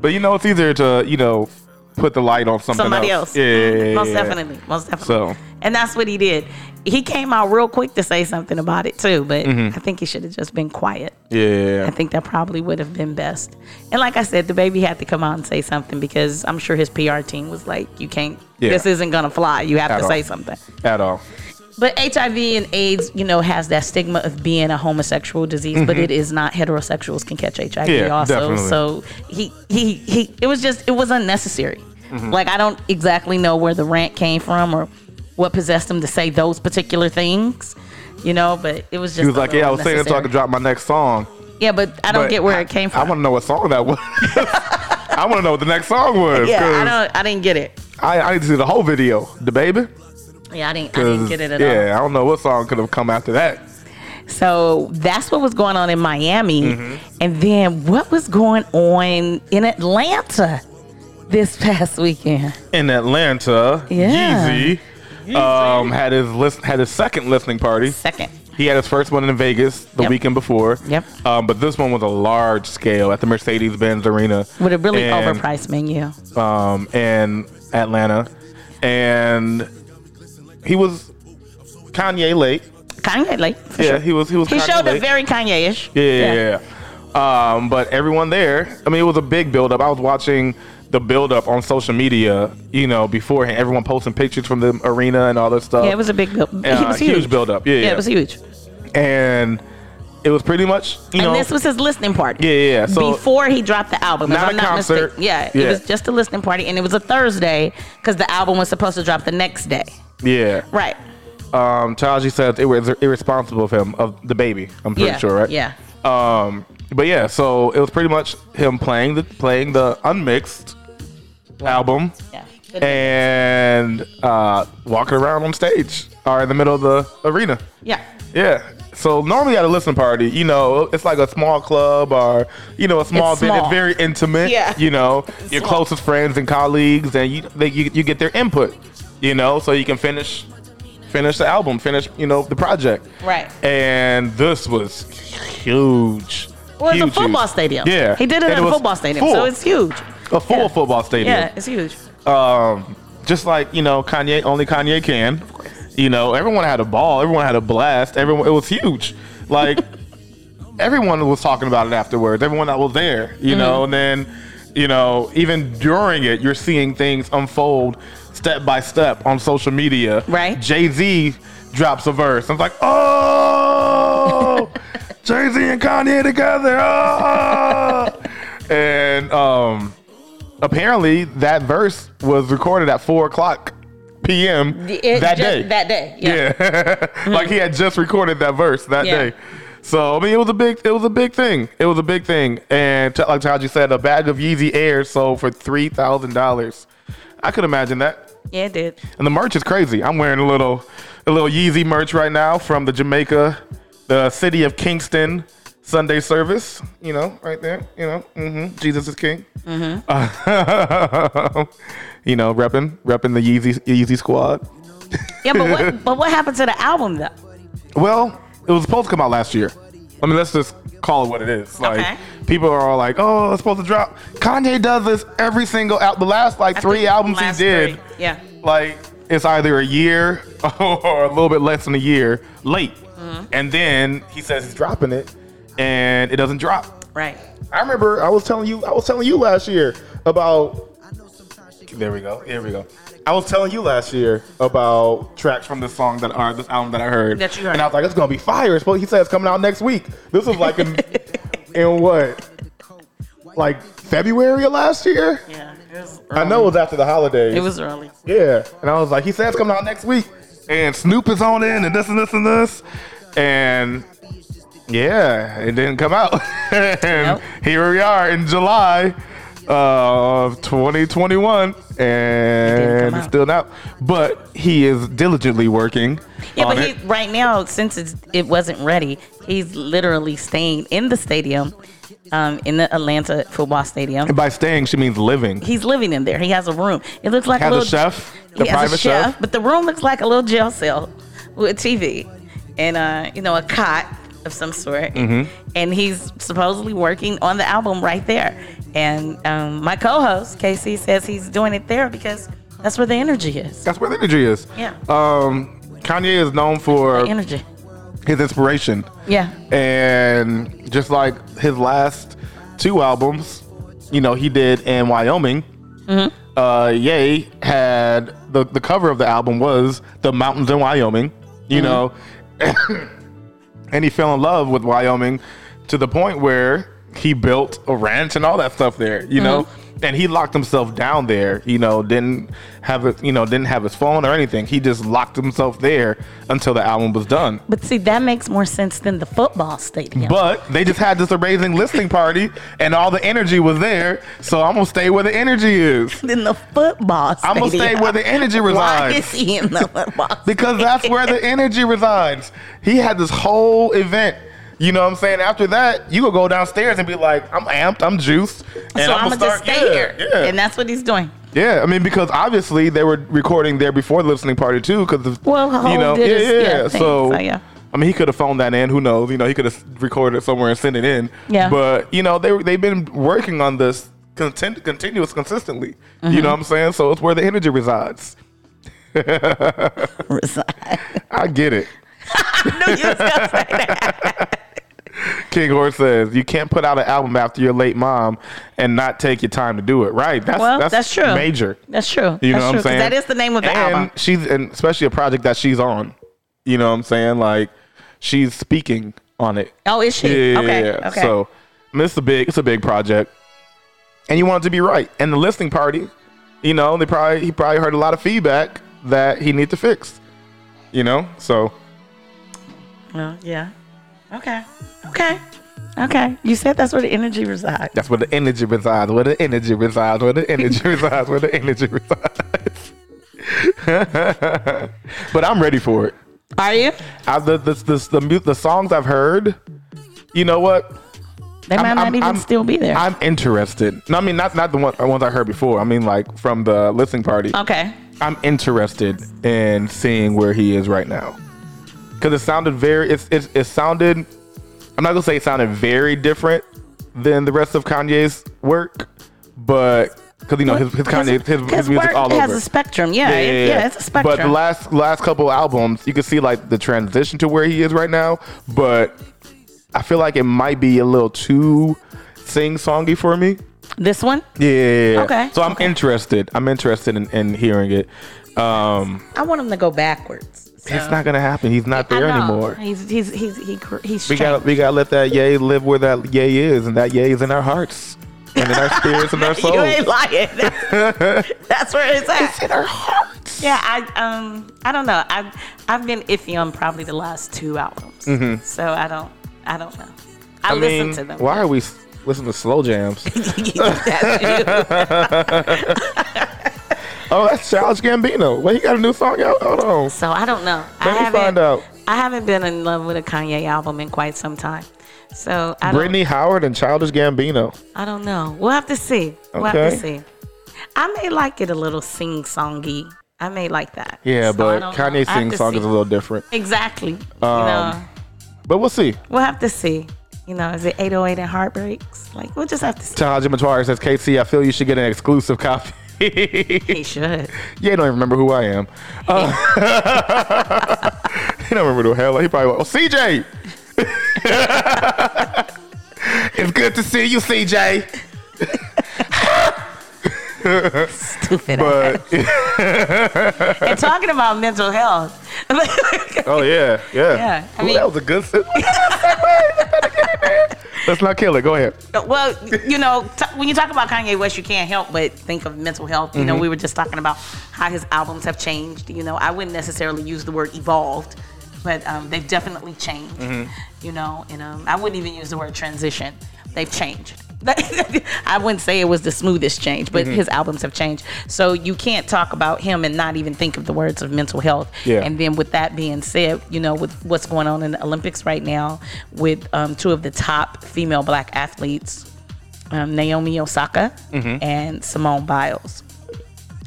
Speaker 2: But you know, it's easier to, you know, put the light on something
Speaker 3: somebody else.
Speaker 2: Yeah, yeah, yeah,
Speaker 3: most
Speaker 2: yeah.
Speaker 3: definitely, most definitely.
Speaker 2: So-
Speaker 3: and that's what he did. He came out real quick to say something about it too, but I think he should have just been quiet.
Speaker 2: Mm-hmm. Yeah.
Speaker 3: I think that probably would have been best. And like I said, the baby had to come out and say something because I'm sure his PR team was like, "You can't.
Speaker 2: Yeah.
Speaker 3: This isn't gonna fly. You have
Speaker 2: At
Speaker 3: to
Speaker 2: all.
Speaker 3: say something."
Speaker 2: At all.
Speaker 3: But HIV and AIDS, you know, has that stigma of being a homosexual disease, but it is not. Heterosexuals can catch HIV
Speaker 2: Mm-hmm. Yeah,
Speaker 3: also.
Speaker 2: definitely.
Speaker 3: So he, he, he, it was just, it was unnecessary.
Speaker 2: Mm-hmm.
Speaker 3: Like, I don't exactly know where the rant came from or what possessed him to say those particular things, you know, but it was just.
Speaker 2: He was like, Yeah, I was saying so I could drop my next song.
Speaker 3: Yeah, but I don't
Speaker 2: But
Speaker 3: get where
Speaker 2: I-
Speaker 3: it came
Speaker 2: I
Speaker 3: from.
Speaker 2: want to know what song that was. <laughs> I want to know what the next song was.
Speaker 3: yeah,
Speaker 2: 'cause
Speaker 3: I don't, I didn't get it.
Speaker 2: I, I need to see the whole video, the baby.
Speaker 3: Yeah, I didn't, I
Speaker 2: 'cause,
Speaker 3: didn't get it at all.
Speaker 2: yeah, I don't know what song could have come after that.
Speaker 3: So that's what was going on in Miami.
Speaker 2: Mm-hmm.
Speaker 3: And then what was going on in Atlanta this <laughs> past weekend?
Speaker 2: In Atlanta,
Speaker 3: Yeah.
Speaker 2: Yeezy, um, had his list, had his second listening party.
Speaker 3: Second.
Speaker 2: He had his first one in Vegas the
Speaker 3: Yep.
Speaker 2: weekend before.
Speaker 3: Yep.
Speaker 2: Um, but this one was a large scale at the Mercedes Benz Arena.
Speaker 3: With a really
Speaker 2: And-
Speaker 3: overpriced menu.
Speaker 2: um, in Atlanta, and he was Kanye late.
Speaker 3: Kanye, like, for
Speaker 2: yeah,
Speaker 3: sure.
Speaker 2: he was. He was.
Speaker 3: He
Speaker 2: Kanye
Speaker 3: showed up
Speaker 2: late.
Speaker 3: very Kanye ish.
Speaker 2: Yeah, yeah, yeah. Um, but everyone there. I mean, it was a big buildup. I was watching the buildup on social media. You know, beforehand, everyone posting pictures from the arena and all this stuff.
Speaker 3: Yeah, it was a big build.
Speaker 2: Uh,
Speaker 3: he was huge.
Speaker 2: huge buildup. Yeah,
Speaker 3: Yeah,
Speaker 2: yeah,
Speaker 3: it was huge.
Speaker 2: and it was pretty much. You know,
Speaker 3: and this was his listening party.
Speaker 2: Yeah, yeah, yeah. So-
Speaker 3: before he dropped the album, if
Speaker 2: Not
Speaker 3: I'm
Speaker 2: a
Speaker 3: not
Speaker 2: concert.
Speaker 3: mistaken. Yeah, it
Speaker 2: Yeah.
Speaker 3: was just a listening party, and it was a Thursday because the album was supposed to drop the next day.
Speaker 2: yeah.
Speaker 3: Right.
Speaker 2: um, Taji said it was irresponsible of him, of the baby. I'm pretty
Speaker 3: yeah,
Speaker 2: sure, right?
Speaker 3: Yeah.
Speaker 2: Um, but yeah, so it was pretty much him playing the playing the unmixed album
Speaker 3: Yeah.
Speaker 2: and uh, walking around on stage or in the middle of the arena.
Speaker 3: yeah.
Speaker 2: Yeah. So normally at a listening party, you know, it's like a small club or you know a small
Speaker 3: It's
Speaker 2: event. It's
Speaker 3: small.
Speaker 2: very intimate.
Speaker 3: Yeah.
Speaker 2: You
Speaker 3: <laughs>
Speaker 2: know, your
Speaker 3: small.
Speaker 2: closest friends and colleagues, and you, they, you you get their input. You know, so you can finish finish the album, finish you know the project.
Speaker 3: Right.
Speaker 2: And this was huge.
Speaker 3: Well, it's a
Speaker 2: Huge, huge.
Speaker 3: football stadium.
Speaker 2: Yeah.
Speaker 3: He did it
Speaker 2: And
Speaker 3: at a
Speaker 2: was
Speaker 3: football stadium,
Speaker 2: full.
Speaker 3: so it's huge.
Speaker 2: a full
Speaker 3: yeah.
Speaker 2: football stadium
Speaker 3: Yeah, it's huge.
Speaker 2: um, just like you know, Kanye only Kanye can. You know, everyone had a ball. Everyone had a blast. Everyone, it was huge. Like <laughs> everyone was talking about it afterwards. Everyone that was there, you know, and then you know, even during it, you're seeing things unfold step by step on social media.
Speaker 3: Right.
Speaker 2: Jay Z drops a verse. I'm like, oh, Jay Z and Kanye together. Oh. and um, apparently that verse was recorded at four o'clock p.m.
Speaker 3: It
Speaker 2: that
Speaker 3: just-
Speaker 2: day.
Speaker 3: That day. Yeah.
Speaker 2: yeah, <laughs> like he had just recorded that verse that
Speaker 3: Yeah.
Speaker 2: day. So I mean, it was a big, it was a big thing. It was a big thing. And t- like Taji said, a bag of Yeezy Air sold for three thousand dollars. I could imagine that.
Speaker 3: Yeah, it did.
Speaker 2: And the merch is crazy. I'm wearing a little a little Yeezy merch right now from the Jamaica, the city of Kingston Sunday service. You know, right there. You know, hmm Jesus is King. Uh, <laughs> you know, repping repping the Yeezy Yeezy squad.
Speaker 3: Yeah, but
Speaker 2: <laughs>
Speaker 3: what but what happened to the album though?
Speaker 2: Well, it was supposed to come out last year. I mean, let's just call it what it is. Like
Speaker 3: Okay.
Speaker 2: people are all like, "Oh, it's supposed to drop." Kanye does this every single out. the last like
Speaker 3: I
Speaker 2: three
Speaker 3: think
Speaker 2: albums he
Speaker 3: last
Speaker 2: did.
Speaker 3: three. Yeah.
Speaker 2: like it's either a year <laughs> or a little bit less than a year late.
Speaker 3: Mm-hmm.
Speaker 2: And then he says he's dropping it and it doesn't drop.
Speaker 3: Right.
Speaker 2: I remember I was telling you I was telling you last year about There we go. Here we go. I was telling you last year about tracks from this song that are this album that I heard.
Speaker 3: That you heard.
Speaker 2: And I was like, it's gonna be fire. It's supposed- He said it's coming out next week. This was like
Speaker 3: <laughs>
Speaker 2: in in what? Like February of last year?
Speaker 3: Yeah. It was
Speaker 2: I know it was after the holidays.
Speaker 3: It was early.
Speaker 2: Yeah. And I was like, he said it's coming out next week. And Snoop is on in and this and this and this. And yeah, it didn't come out. <laughs> and
Speaker 3: Nope.
Speaker 2: here we are in July of 2021. And
Speaker 3: come
Speaker 2: it's
Speaker 3: out.
Speaker 2: still not. But he is diligently working.
Speaker 3: Yeah,
Speaker 2: on
Speaker 3: but
Speaker 2: it.
Speaker 3: he, right now, since it's, it wasn't ready, he's literally staying in the stadium, um, in the Atlanta football stadium.
Speaker 2: And by staying, she means living.
Speaker 3: He's living in there. He has a room. It looks like
Speaker 2: Has a
Speaker 3: a little
Speaker 2: chef,
Speaker 3: He
Speaker 2: a
Speaker 3: has
Speaker 2: private
Speaker 3: a chef,
Speaker 2: chef.
Speaker 3: but the room looks like a little jail cell with a TV and uh, you know a cot of some sort.
Speaker 2: Mm-hmm.
Speaker 3: And he's supposedly working on the album right there. And um, my co-host Casey says he's doing it there because that's where the energy is.
Speaker 2: That's where the energy is.
Speaker 3: Yeah.
Speaker 2: Um, Kanye is known for
Speaker 3: Energy.
Speaker 2: his inspiration.
Speaker 3: Yeah.
Speaker 2: and just like his last two albums, you know, he did in Wyoming. Uh, Ye had the the cover of the album was the mountains in Wyoming, you know, <coughs> and he fell in love with Wyoming to the point where he built a ranch and all that stuff there, you know. And he locked himself down there, you know, didn't have it, you know, didn't have his phone or anything. He just locked himself there until the album was done.
Speaker 3: But see, that makes more sense than the football stadium.
Speaker 2: But they just had this amazing listening party, and all the energy was there. So I'm gonna stay where the energy is.
Speaker 3: than the football
Speaker 2: I'm
Speaker 3: stadium.
Speaker 2: gonna stay where the energy
Speaker 3: Why is
Speaker 2: resides
Speaker 3: he in the
Speaker 2: <laughs>
Speaker 3: football?
Speaker 2: because that's where the energy resides. He had this whole event. You know what I'm saying? After that, you gonna go downstairs and be like, I'm amped, I'm juiced, and
Speaker 3: so I'm gonna just
Speaker 2: start-
Speaker 3: stay
Speaker 2: yeah,
Speaker 3: here,
Speaker 2: Yeah.
Speaker 3: and that's what he's doing. <laughs>
Speaker 2: Yeah, I mean because obviously they were recording there before the listening party too, because
Speaker 3: Well,
Speaker 2: you
Speaker 3: Hov
Speaker 2: know,
Speaker 3: did
Speaker 2: yeah,
Speaker 3: his-
Speaker 2: yeah.
Speaker 3: yeah, thing,
Speaker 2: so,
Speaker 3: so, yeah.
Speaker 2: I mean, he could have phoned that in. Who knows? You know, he could have recorded it somewhere and sent it in.
Speaker 3: Yeah.
Speaker 2: But you know, they they've been working on this content, continuous, consistently.
Speaker 3: Mm-hmm.
Speaker 2: You know what I'm saying? So it's where the energy resides. <laughs>
Speaker 3: Resign.
Speaker 2: I get it.
Speaker 3: I knew you was gonna say that.
Speaker 2: King Horse says you can't put out an album after your late mom and not take your time to do it. Right? That's
Speaker 3: Well, that's, true.
Speaker 2: Major.
Speaker 3: That's true.
Speaker 2: You know what
Speaker 3: that's true,
Speaker 2: I'm
Speaker 3: 'cause
Speaker 2: saying?
Speaker 3: That is the name of the
Speaker 2: and
Speaker 3: album.
Speaker 2: She's and especially a project that she's on. You know what I'm saying? Like she's speaking on it.
Speaker 3: Oh, is she?
Speaker 2: Yeah,
Speaker 3: okay.
Speaker 2: yeah, yeah.
Speaker 3: Okay.
Speaker 2: So I mean, it's a big it's a big project. And you want it to be right. And the listening party, you know, they probably he probably heard a lot of feedback that he needs to fix. You know, so
Speaker 3: Well, yeah. Okay. Okay. Okay. You said that's where the energy resides.
Speaker 2: that's where the energy resides. Where the energy resides. Where the
Speaker 3: <laughs>
Speaker 2: energy resides. Where the energy resides. <laughs> but I'm ready for it.
Speaker 3: Are you?
Speaker 2: I, the, the, the, the, mu- the songs I've heard, you know what?
Speaker 3: They might
Speaker 2: I'm-
Speaker 3: not
Speaker 2: I'm-
Speaker 3: even
Speaker 2: I'm-
Speaker 3: still be there.
Speaker 2: I'm interested. No, I mean not not the one, ones I heard before. I mean like from the listening party.
Speaker 3: okay.
Speaker 2: I'm interested in seeing where he is right now, because it sounded very. It's it's it sounded. I'm not gonna say it sounded very different than the rest of Kanye's work, but because you know his his
Speaker 3: Because
Speaker 2: Kanye his, his,
Speaker 3: his
Speaker 2: music
Speaker 3: work
Speaker 2: all
Speaker 3: has
Speaker 2: over.
Speaker 3: a spectrum. Yeah, it- yeah, it's a spectrum.
Speaker 2: But the last last couple albums, you can see like the transition to where he is right now. But I feel like it might be a little too sing songy for me.
Speaker 3: this one,
Speaker 2: Yeah. yeah, yeah.
Speaker 3: Okay,
Speaker 2: So I'm interested. I'm interested in, in hearing it. Um,
Speaker 3: I want him to go backwards. So.
Speaker 2: it's not gonna happen. He's not
Speaker 3: I
Speaker 2: there
Speaker 3: know.
Speaker 2: anymore.
Speaker 3: He's he's he's he, cr- he's
Speaker 2: We
Speaker 3: straight. <laughs>
Speaker 2: gotta we gotta let that yay live where that yay is, and that yay is in our hearts, and in our spirits, and our souls.
Speaker 3: <laughs> You
Speaker 2: <laughs>
Speaker 3: ain't lying. That's, that's where it's at.
Speaker 2: It's in our hearts.
Speaker 3: Yeah, I um I don't know. I've I've been iffy on probably the last two albums. So I don't I don't know. I,
Speaker 2: Mm-hmm. I
Speaker 3: listen
Speaker 2: mean,
Speaker 3: to them. <laughs>
Speaker 2: why are we s- listening to slow jams?
Speaker 3: That's you.
Speaker 2: Oh, that's Childish Gambino. Well, he got a new song out. Hold on.
Speaker 3: So I don't know. I
Speaker 2: Let me
Speaker 3: haven't,
Speaker 2: find out.
Speaker 3: I haven't been in love with a Kanye album in quite some time. So I don't,
Speaker 2: Brittany Howard and Childish Gambino.
Speaker 3: I don't know. We'll have to see. We'll have to
Speaker 2: Okay.
Speaker 3: see. I may like it a little sing songy. I may like that.
Speaker 2: Yeah,
Speaker 3: So I
Speaker 2: but
Speaker 3: don't know.
Speaker 2: Kanye
Speaker 3: I have
Speaker 2: sings
Speaker 3: to
Speaker 2: song
Speaker 3: see.
Speaker 2: is a little Um, different.
Speaker 3: Exactly. you know,
Speaker 2: But we'll see.
Speaker 3: we'll have to see. You know, is it 808 and Heartbreaks? Like, we'll just have to see.
Speaker 2: Childish Matuari says, KC, I feel you should get an exclusive copy. <laughs> yeah,
Speaker 3: He should.
Speaker 2: you don't even remember who I am. Uh, <laughs> he don't remember who the hell. He probably went, oh, CJ. <laughs> it's good to see you, CJ.
Speaker 3: Stupid.
Speaker 2: But,
Speaker 3: <laughs> and talking about mental health. <laughs>
Speaker 2: oh, yeah, yeah.
Speaker 3: Yeah, I
Speaker 2: Ooh,
Speaker 3: mean-
Speaker 2: that was a good <laughs> se- Let's not kill it. Go ahead.
Speaker 3: well, you know, t- when you talk about Kanye West, you can't help but think of mental health. You know, we were just talking about how his albums have changed. You know, I wouldn't necessarily use the word evolved, but um, they've definitely changed. You know, and um, I wouldn't even use the word transition. They've changed. <laughs> I wouldn't say it was the smoothest change, but his albums have changed. So you can't talk about him and not even think of the words of mental health.
Speaker 2: Yeah.
Speaker 3: And then with that being said, you know, with what's going on in the Olympics right now, with um, two of the top female black athletes, um, Naomi Osaka
Speaker 2: Mm-hmm.
Speaker 3: and Simone Biles.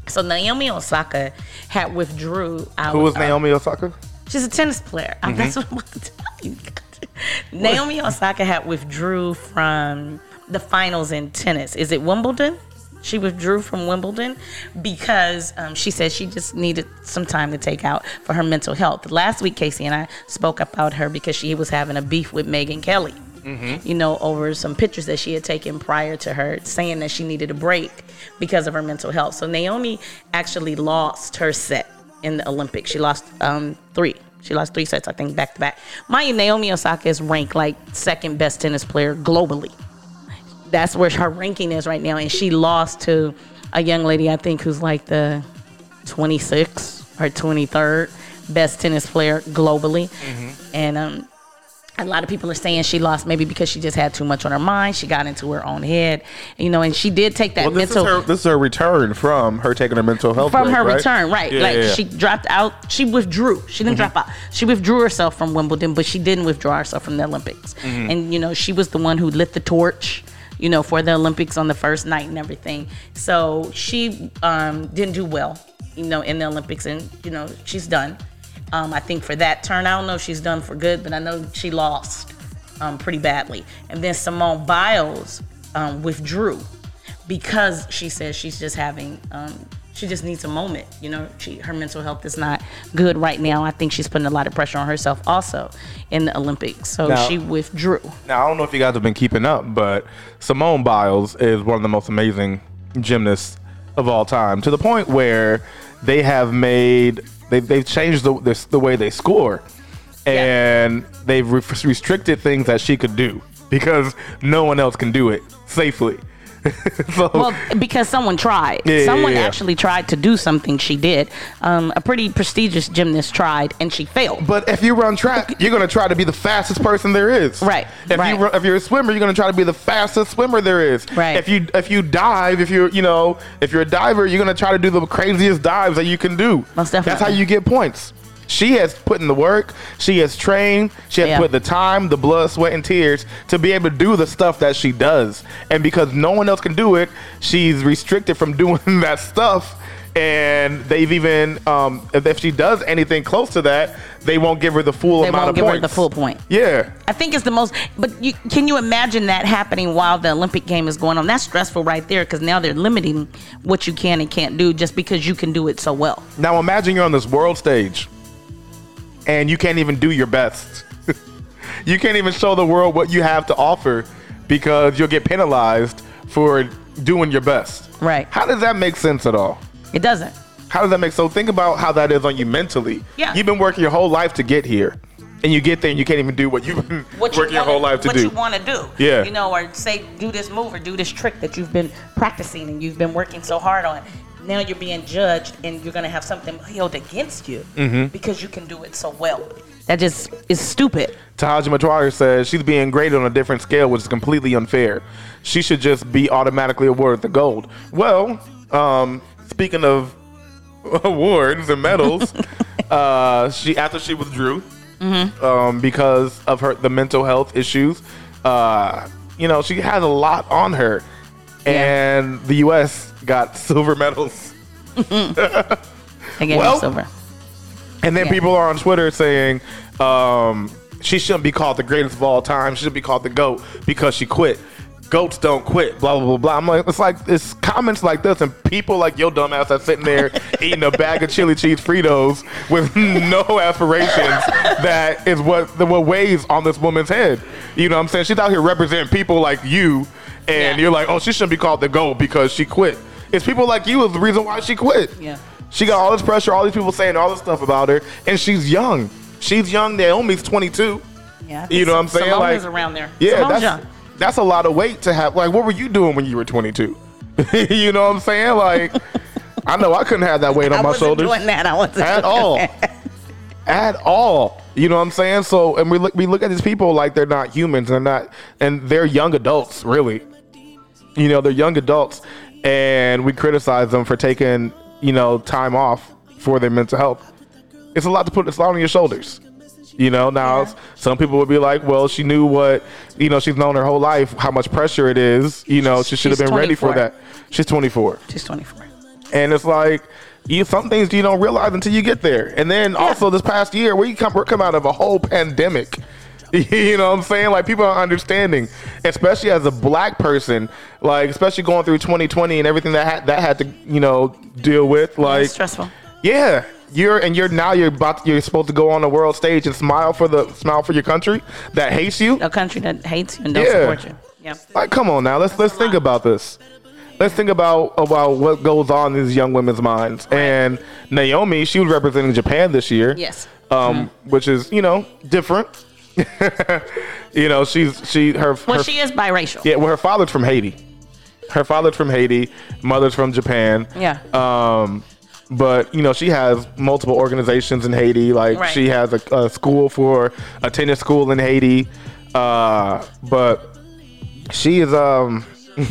Speaker 3: So Naomi Osaka had withdrew. um, Out
Speaker 2: Who was
Speaker 3: of-
Speaker 2: Naomi Osaka?
Speaker 3: She's a tennis player. <laughs> Um, That's what I'm about to tell you. <laughs> Naomi Osaka had withdrew from the finals in tennis. Is it Wimbledon? She withdrew from Wimbledon because um, she said she just needed some time to take out for her mental health. Last week, Casey and I spoke about her because she was having a beef with Megan Kelly you know, over some pictures that she had taken prior to her, saying that she needed a break because of her mental health. So Naomi actually lost her set in the Olympics. She lost um, three. She lost three sets, I think, back to back. Mind you, Naomi Osaka is ranked like second best tennis player globally. That's where her ranking is right now, and she lost to a young lady, I think, who's like the 26th or 23rd best tennis player globally.
Speaker 2: Mm-hmm.
Speaker 3: And um, a lot of people are saying she lost maybe because she just had too much on her mind. She got into her own head, you know, and she did take that
Speaker 2: Well, this
Speaker 3: mental
Speaker 2: is her. This is her return from her taking her mental health
Speaker 3: from
Speaker 2: break,
Speaker 3: her
Speaker 2: right?
Speaker 3: return, right?
Speaker 2: Yeah,
Speaker 3: like
Speaker 2: yeah, Mm-hmm. yeah.
Speaker 3: she dropped out. She withdrew. She didn't drop out. She withdrew herself from Wimbledon, but she didn't withdraw herself from the Olympics.
Speaker 2: Mm-hmm.
Speaker 3: And you know, she was the one who lit the torch. You know, for the Olympics on the first night and everything. So she um, didn't do well, you know, in the Olympics, and you know, she's done. Um, I think for that turn, I don't know if she's done for good, but I know she lost um, pretty badly. And then Simone Biles um, withdrew because she says she's just having um, she just needs a moment you know she her mental health is not good right now i think she's putting a lot of pressure on herself also in the olympics so
Speaker 2: Now-
Speaker 3: she withdrew
Speaker 2: Now I don't know if you guys have been keeping up, but Simone Biles is one of the most amazing gymnasts of all time. To the point where they have made they they've changed the the, the way they score, and they've re- restricted things that she could do because no one else can do it safely. <laughs> so
Speaker 3: Well, because someone tried.
Speaker 2: Yeah, yeah,
Speaker 3: someone
Speaker 2: yeah.
Speaker 3: actually tried to do something she did. Um, a pretty prestigious gymnast tried and she failed.
Speaker 2: But if you run track, you're gonna try to be the fastest person there is.
Speaker 3: Right,
Speaker 2: If
Speaker 3: right.
Speaker 2: you ru- if you're a swimmer, you're gonna try to be the fastest swimmer there is.
Speaker 3: Right.
Speaker 2: If you if you dive, if you're you know if you're a diver, you're gonna try to do the craziest dives that you can do.
Speaker 3: Most
Speaker 2: That's how
Speaker 3: definitely.
Speaker 2: you get points. She has put in the work. She has trained. She has
Speaker 3: Yeah.
Speaker 2: put the time, the blood, sweat, and tears to be able to do the stuff that she does. And because no one else can do it, she's restricted from <laughs> doing that stuff. And they've even, um, if, if she does anything close to that, they won't give her the full
Speaker 3: They
Speaker 2: amount
Speaker 3: won't
Speaker 2: of
Speaker 3: give
Speaker 2: points.
Speaker 3: her the full point.
Speaker 2: Yeah.
Speaker 3: I think it's the most. But you, can you imagine that happening while the Olympic game is going on? That's stressful right there because now they're limiting what you can and can't do just because you can do it so well.
Speaker 2: Now imagine you're on this world stage and you can't even do your best. <laughs> you can't even show the world what you have to offer because you'll get penalized for doing your best.
Speaker 3: Right.
Speaker 2: How does that make sense at all?
Speaker 3: It doesn't.
Speaker 2: How does that make so think about how that is on you mentally?
Speaker 3: Yeah.
Speaker 2: You've been working your whole life to get here. And you get there and you can't even do what you've been
Speaker 3: What you
Speaker 2: working your
Speaker 3: wanna-
Speaker 2: whole life to
Speaker 3: what
Speaker 2: do.
Speaker 3: you want to do.
Speaker 2: Yeah.
Speaker 3: You know, or say do this move or do this trick that you've been practicing and you've been working so hard on. Now you're being judged and you're gonna have something held against you
Speaker 2: Mm-hmm.
Speaker 3: because you can do it so well. That just is stupid.
Speaker 2: Tahaja Matwari says she's being graded on a different scale, which is completely unfair. She should just be automatically awarded the gold. Well, um, speaking of <laughs> awards and medals, uh, she after she withdrew um, because of her the mental health issues, uh, you know she has a lot on her,
Speaker 3: Yeah.
Speaker 2: and the U.S. got <laughs> silver medals.
Speaker 3: I gave
Speaker 2: Well-
Speaker 3: you silver.
Speaker 2: And then
Speaker 3: Yeah.
Speaker 2: people are on Twitter saying um, she shouldn't be called the greatest of all time. She should be called the GOAT because she quit. Goats don't quit, blah, blah, blah, blah. I'm like, it's like, it's comments like this, and people like your dumbass that's sitting
Speaker 3: <laughs>
Speaker 2: there eating a bag of chili cheese Fritos with <laughs> no aspirations. that is what the, what weighs on this woman's head. You know what I'm saying? She's out here representing people like you, and
Speaker 3: Yeah.
Speaker 2: you're like, oh, she shouldn't be called the GOAT because she quit. It's people like you is the reason why she quit.
Speaker 3: Yeah.
Speaker 2: She got all this pressure, all these people saying all this stuff about her, and she's young. She's young. Naomi's 22.
Speaker 3: Yeah, I think
Speaker 2: You know what I'm saying?
Speaker 3: Simone
Speaker 2: like,
Speaker 3: is around there.
Speaker 2: Yeah,
Speaker 3: Simone's
Speaker 2: that's
Speaker 3: young.
Speaker 2: that's a lot of weight to have. Like, what were you doing when you were 22? <laughs> you know what I'm saying? Like, I know I couldn't have that weight on
Speaker 3: I
Speaker 2: my
Speaker 3: wasn't
Speaker 2: shoulders
Speaker 3: doing that. I <laughs> wasn't
Speaker 2: at
Speaker 3: doing
Speaker 2: all.
Speaker 3: that.
Speaker 2: At all. You know what I'm saying? So, and we look we look at these people like they're not humans. They're not, and they're young adults, really. You know, they're young adults, and we criticize them for taking you know time off for their mental health. It's a lot to put. It's a lot on your shoulders. You know, now s- some people would be like, "Well, she knew what you know. She's known her whole life how much pressure it is. You know, she should have
Speaker 3: She's
Speaker 2: been ready for
Speaker 3: 24.
Speaker 2: that." She's 24.
Speaker 3: She's 24.
Speaker 2: And it's like you some things you don't realize until you get there. And then also this past year, we come we come out of a whole pandemic. <laughs> You know what I'm saying? Like people are understanding, especially as a black person, like especially going through 2020 and everything that had, that had to you know deal with. Like
Speaker 3: it's stressful.
Speaker 2: yeah, you're and you're now you're about you're supposed to go on the world stage and smile for the smile for your country that hates you.
Speaker 3: A country that hates you and don't
Speaker 2: Yeah.
Speaker 3: support you. Yeah.
Speaker 2: Like, come on now. Let's let's think about this. Let's think about about what goes on in these young women's minds. And Naomi, she was representing Japan this year.
Speaker 3: Yes. Mm-hmm.
Speaker 2: Um, which is you know different. <laughs> you know, she's she her
Speaker 3: Well,
Speaker 2: her,
Speaker 3: she is biracial.
Speaker 2: yeah. Well, her father's from Haiti. Her father's from Haiti. Mother's from Japan.
Speaker 3: Yeah.
Speaker 2: Um, but you know she has multiple organizations in Haiti. Like
Speaker 3: Right.
Speaker 2: she has a, a school for a tennis school in Haiti. Uh, but she is um <laughs>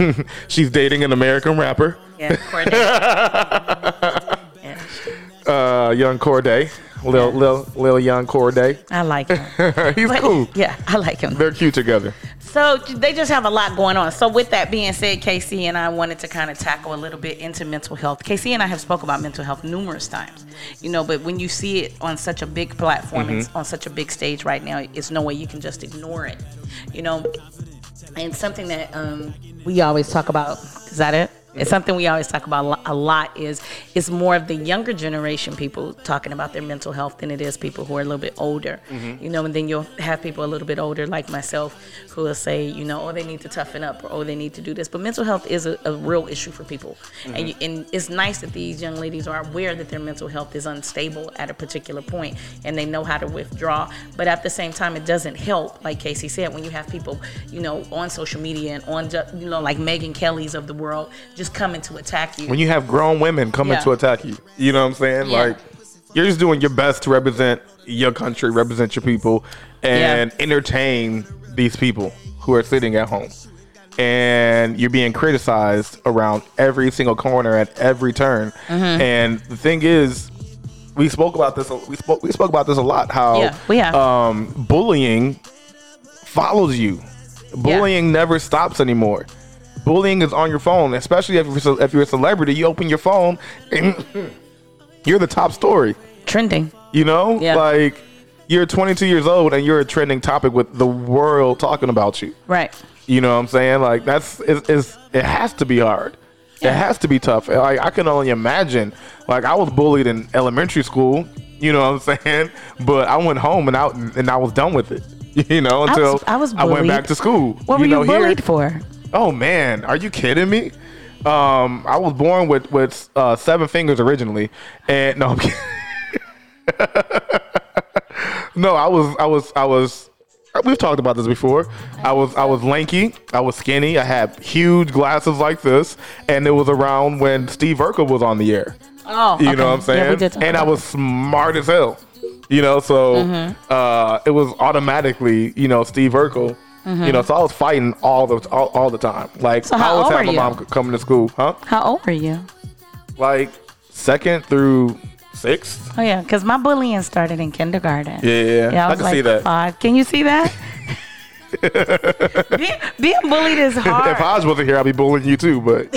Speaker 2: she's dating an American rapper,
Speaker 3: Yeah.
Speaker 2: <laughs>
Speaker 3: Cordae. yeah.
Speaker 2: uh, young Corday, Lil Lil Lil Young Corday. <laughs>
Speaker 3: I like him.
Speaker 2: He's
Speaker 3: But-
Speaker 2: cool.
Speaker 3: Yeah, I like him.
Speaker 2: They're cute together.
Speaker 3: So they just have a lot going on. So with that being said, KC and I wanted to kind of tackle a little bit into mental health. KC and I have spoke about mental health numerous times, you know. But when you see it on such a big platform, it's on such a big stage right now, it's no way you can just ignore it, you know. And something that um, we always talk about is that it? It's something we always talk about a lo- a lot. Is it's more of the younger generation people talking about their mental health than it is people who are a little bit older. You know, and then you'll have people a little bit older like myself who will say, you know, oh they need to toughen up or oh they need to do this. But mental health is a, a real issue for people,
Speaker 2: Mm-hmm.
Speaker 3: and you, and it's nice that these young ladies are aware that their mental health is unstable at a particular point and they know how to withdraw. But at the same time, it doesn't help, like Casey said, when you have people, you know, on social media and on, ju- you know, like Megan Kelly's of the world just coming to attack you.
Speaker 2: when you have grown women coming
Speaker 3: Yeah.
Speaker 2: to attack you. You know what I'm saying?
Speaker 3: Yeah.
Speaker 2: Like you're just doing your best to represent your country, represent your people, and entertain these people who are sitting at home. And you're being criticized around every single corner at every turn.
Speaker 3: Mm-hmm.
Speaker 2: And the thing is, we spoke about this. We spoke. We spoke about this a lot. How
Speaker 3: Yeah, we have.
Speaker 2: um, bullying follows you. Bullying never stops anymore. Bullying is on your phone, especially if you're, ce- if you're a celebrity. You open your phone, and <coughs> you're the top story.
Speaker 3: Trending.
Speaker 2: You know,
Speaker 3: Yeah.
Speaker 2: like you're 22 years old and you're a trending topic with the world talking about you.
Speaker 3: Right.
Speaker 2: You know what I'm saying? Like that's it's, it's it has to be hard. It has to be tough. Like I can only imagine. Like I was bullied in elementary school. You know what I'm <laughs> saying? But I went home and out and I was done with it. <laughs> You know,
Speaker 3: I was-
Speaker 2: until
Speaker 3: I was
Speaker 2: went
Speaker 3: bullied.
Speaker 2: back to school.
Speaker 3: What were
Speaker 2: know,
Speaker 3: you
Speaker 2: here-
Speaker 3: bullied for?
Speaker 2: Oh man, are you kidding me? Um, I was born with with uh, seven fingers originally, and no, I'm kidding. <laughs> no, I was I was I was. We've talked about this before. I was I was lanky. I was skinny. I had huge glasses like this, and it was around when Steve Urkel was on the air.
Speaker 3: Oh,
Speaker 2: You
Speaker 3: okay.
Speaker 2: know what I'm
Speaker 3: Yeah, we
Speaker 2: saying?
Speaker 3: did talk
Speaker 2: and I
Speaker 3: about Mm-hmm.
Speaker 2: was smart as hell. You know, so uh, it was automatically, you know, Steve Urkel. You know, so I was fighting all the all, all the time. Like
Speaker 3: Mm-hmm. So
Speaker 2: I
Speaker 3: how
Speaker 2: always
Speaker 3: old
Speaker 2: had
Speaker 3: were
Speaker 2: my
Speaker 3: you?
Speaker 2: mom c- coming to school, huh?
Speaker 3: How old were you?
Speaker 2: Like second through sixth. <laughs>
Speaker 3: Oh yeah, because my bullying started in kindergarten.
Speaker 2: Yeah,
Speaker 3: Yeah, I,
Speaker 2: I
Speaker 3: was
Speaker 2: can
Speaker 3: like
Speaker 2: see that.
Speaker 3: five. Can you
Speaker 2: <laughs>
Speaker 3: see that? <laughs> being, being bullied is hard.
Speaker 2: If Oz wasn't here, I'd be bullying you too.
Speaker 3: <laughs>
Speaker 2: But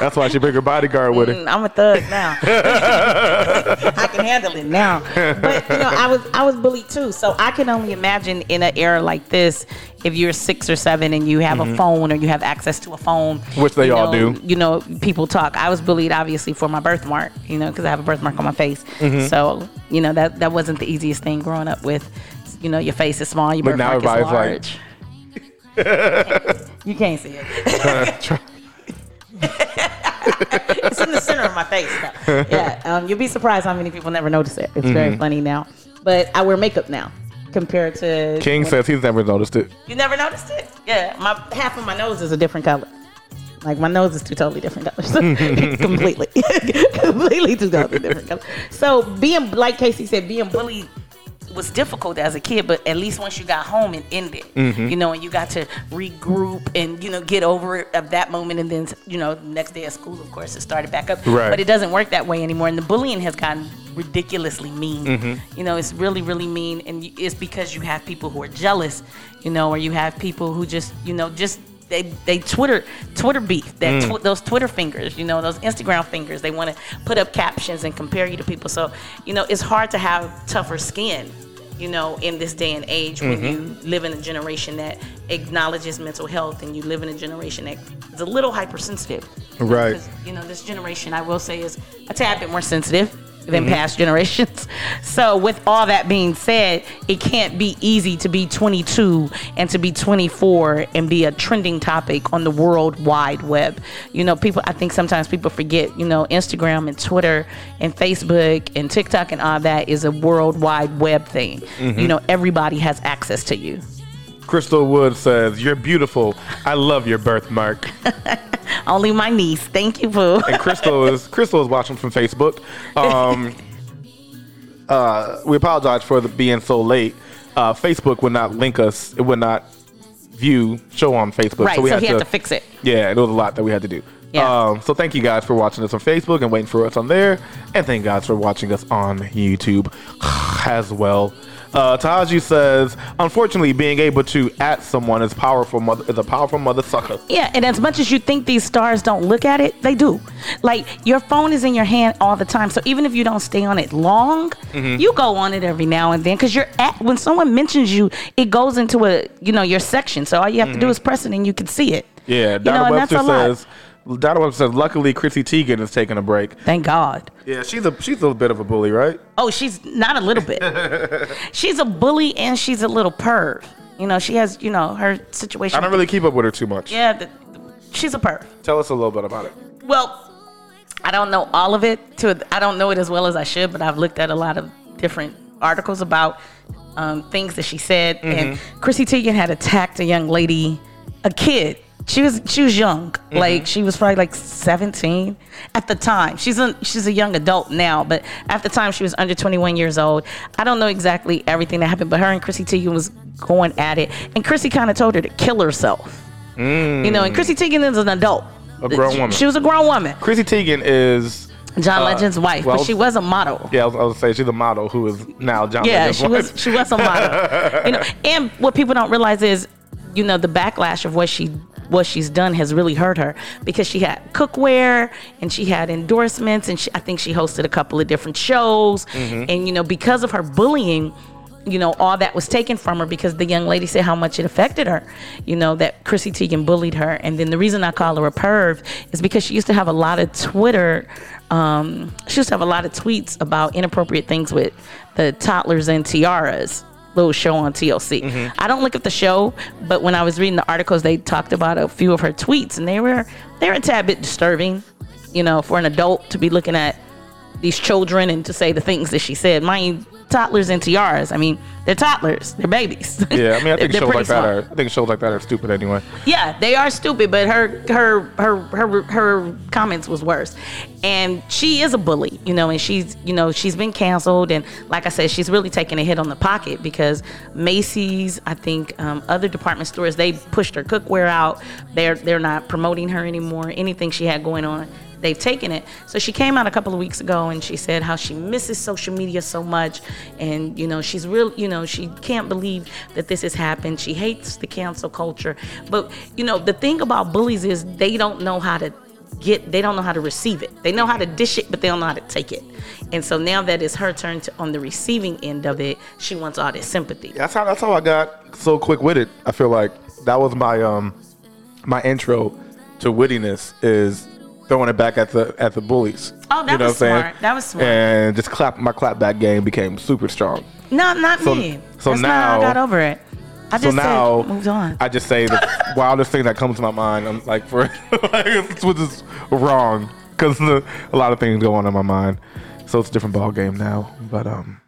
Speaker 2: that's why she bring her bodyguard with her.
Speaker 3: Mm, I'm a thug
Speaker 2: <laughs>
Speaker 3: now. <laughs> I can handle it now. But you know, I was I was bullied too, so I can only imagine in an era like this, if you're six or seven and you have a phone or you have access to a phone,
Speaker 2: Mm-hmm. Which they
Speaker 3: you
Speaker 2: all
Speaker 3: know,
Speaker 2: do.
Speaker 3: You know, people talk. I was bullied obviously for my birthmark, you know, because I have a birthmark on my face.
Speaker 2: Mm-hmm.
Speaker 3: So you know that that wasn't the easiest thing growing up with. You know, your face is small, your
Speaker 2: But now
Speaker 3: birthmark is
Speaker 2: everybody's like-
Speaker 3: large.
Speaker 2: <laughs>
Speaker 3: you can't see it. it's in the center of my face. Though. Yeah, um, you'll be surprised how many people never notice it. It's very funny now. But I wear makeup now compared to
Speaker 2: King says he's never noticed it.
Speaker 3: You never noticed it? Yeah, my half of my nose is a different color. Like my nose is two totally different colors, <laughs> completely, <laughs> completely two totally different colors. So being like Casey said, being bullied was difficult as a kid, but at least once you got home it ended, you know, and you got to regroup and you know get over it of that moment, and then you know next day at school, of course, it started back up.
Speaker 2: Right.
Speaker 3: But it doesn't work that way anymore, and the bullying has gotten ridiculously mean. You know, it's really really mean, and you- it's because you have people who are jealous, you know, or you have people who just you know just. They, they Twitter Twitter beef that tw- those Twitter fingers you know those Instagram fingers they want to put up captions and compare you to people so you know it's hard to have tougher skin you know, in this day and age when you live in a generation that acknowledges mental health and you live in a generation that is a little hypersensitive.
Speaker 2: Right.
Speaker 3: Because, you know, this generation, I will say, is a tad bit more sensitive than past generations. <laughs> So, with all that being said, it can't be easy to be 22 and to be 24 and be a trending topic on the world wide web. You know, people, I think sometimes people forget, you know, Instagram and Twitter and Facebook and TikTok and all that is a world wide web thing. You know, everybody has access to you.
Speaker 2: Crystal Wood says you're beautiful. I love your birthmark.
Speaker 3: Only my niece. Thank you, boo.
Speaker 2: and Crystal is Crystal is watching from Facebook. Um, uh, we apologize for the, being so late. Uh, Facebook would not link us. It would not view show on Facebook.
Speaker 3: <laughs> right. So, he had to fix it.
Speaker 2: Yeah, it was a lot that we had to do.
Speaker 3: Yeah.
Speaker 2: Um, so thank you guys for watching us on Facebook and waiting for us on there, and thank guys for watching us on YouTube <sighs> as well. Uh, Taji says, unfortunately, being able to at someone is powerful. Mother is a powerful mother sucker.
Speaker 3: Yeah, and as much as you think these stars don't look at it, they do. Like your phone is in your hand all the time, so even if you don't stay on it long,
Speaker 2: Mm-hmm.
Speaker 3: you go on it every now and then because you're at when someone mentions you, it goes into a you know your section. So all you have to do is press it and you can see it.
Speaker 2: Mm-hmm. Yeah,
Speaker 3: you know,
Speaker 2: Donna
Speaker 3: and that's
Speaker 2: Webster
Speaker 3: a lot.
Speaker 2: says Donald Webb says, luckily Chrissy Teigen is taking a break.
Speaker 3: Thank God.
Speaker 2: Yeah, she's a she's a bit of a bully, right?
Speaker 3: Oh, she's not a
Speaker 2: <laughs>
Speaker 3: little bit. she's a bully and she's a little perv. You know, she has, you know, her situation.
Speaker 2: I don't really keep up with her too much.
Speaker 3: Yeah, the, she's a perv.
Speaker 2: Tell us a little bit about it.
Speaker 3: Well, I don't know all of it. To I don't know it as well as I should, but I've looked at a lot of different articles about um, things that she said. And
Speaker 2: Mm-hmm.
Speaker 3: Chrissy Teigen had attacked a young lady, a kid. She was she was young,
Speaker 2: Mm-hmm.
Speaker 3: like she was probably like 17 at the time. She's a she's a young adult now, but at the time she was under 21 years old. I don't know exactly everything that happened, but her and Chrissy Teigen was going at it, and Chrissy kind of told her to kill herself. You know, and Chrissy Teigen is an adult.
Speaker 2: Mm. A grown
Speaker 3: She-
Speaker 2: woman.
Speaker 3: She was a grown woman.
Speaker 2: Chrissy Teigen is
Speaker 3: John
Speaker 2: Uh,
Speaker 3: Legend's wife,
Speaker 2: well-
Speaker 3: but she was a model.
Speaker 2: yeah, I was, I was saying she's a model who is now John.
Speaker 3: Yeah,
Speaker 2: Legend's
Speaker 3: she was
Speaker 2: wife.
Speaker 3: she was a model. you know, and what people don't realize is, you know, the backlash of what she what she's done has really hurt her because she had cookware and she had endorsements and she, I think she hosted a couple of different shows
Speaker 2: Mm-hmm.
Speaker 3: and you know because of her bullying. You know, all that was taken from her because the young lady said how much it affected her. You know, that Chrissy Teigen bullied her. And then the reason I call her a perv is because she used to have a lot of Twitter um, she used to have a lot of tweets about inappropriate things with the toddlers and tiaras little show on TLC.
Speaker 2: Mm-hmm.
Speaker 3: I don't look at the show, but when I was reading the articles, they talked about a few of her tweets, and they were they were a tad bit disturbing, you know, for an adult to be looking at these children and to say the things that she said. Mind you, toddlers and tiaras. I mean, they're toddlers, they're babies.
Speaker 2: <laughs> Yeah, I mean,
Speaker 3: <laughs>
Speaker 2: I
Speaker 3: They're
Speaker 2: think shows
Speaker 3: pretty
Speaker 2: like that
Speaker 3: small.
Speaker 2: are I think shows like that are stupid anyway.
Speaker 3: Yeah, they are stupid, but her her her her her comments was worse. And she is a bully, you know, and she's you know, she's been canceled and like I said, she's really taking a hit on the pocket because Macy's, I think um, other department stores, they pushed her cookware out. They're they're not promoting her anymore. Anything she had going on, they've taken it. So she came out a couple of weeks ago and she said how she misses social media so much and you know she's real you know she can't believe that this has happened. She hates the cancel culture. But you know the thing about bullies is they don't know how to get they don't know how to receive it. They know how to dish it but they don't know how to take it. And so now that it's her turn to, on the receiving end of it, she wants all this sympathy.
Speaker 2: That's how that's how I got so quick witted. I feel like that was my um my intro to wittiness is throwing it back at the at the bullies.
Speaker 3: Oh, that was
Speaker 2: what I'm saying?
Speaker 3: smart. That was smart.
Speaker 2: And just clap my clap back game became super strong.
Speaker 3: No, not
Speaker 2: So-
Speaker 3: me.
Speaker 2: so
Speaker 3: That's not how I
Speaker 2: now-
Speaker 3: got over it. I
Speaker 2: So
Speaker 3: just
Speaker 2: now
Speaker 3: said, moved on.
Speaker 2: I just say
Speaker 3: <laughs>
Speaker 2: the wildest thing that comes to my mind. I'm like for <laughs> like, which is wrong because a lot of things go on in my mind. So it's a different ball game now. But um,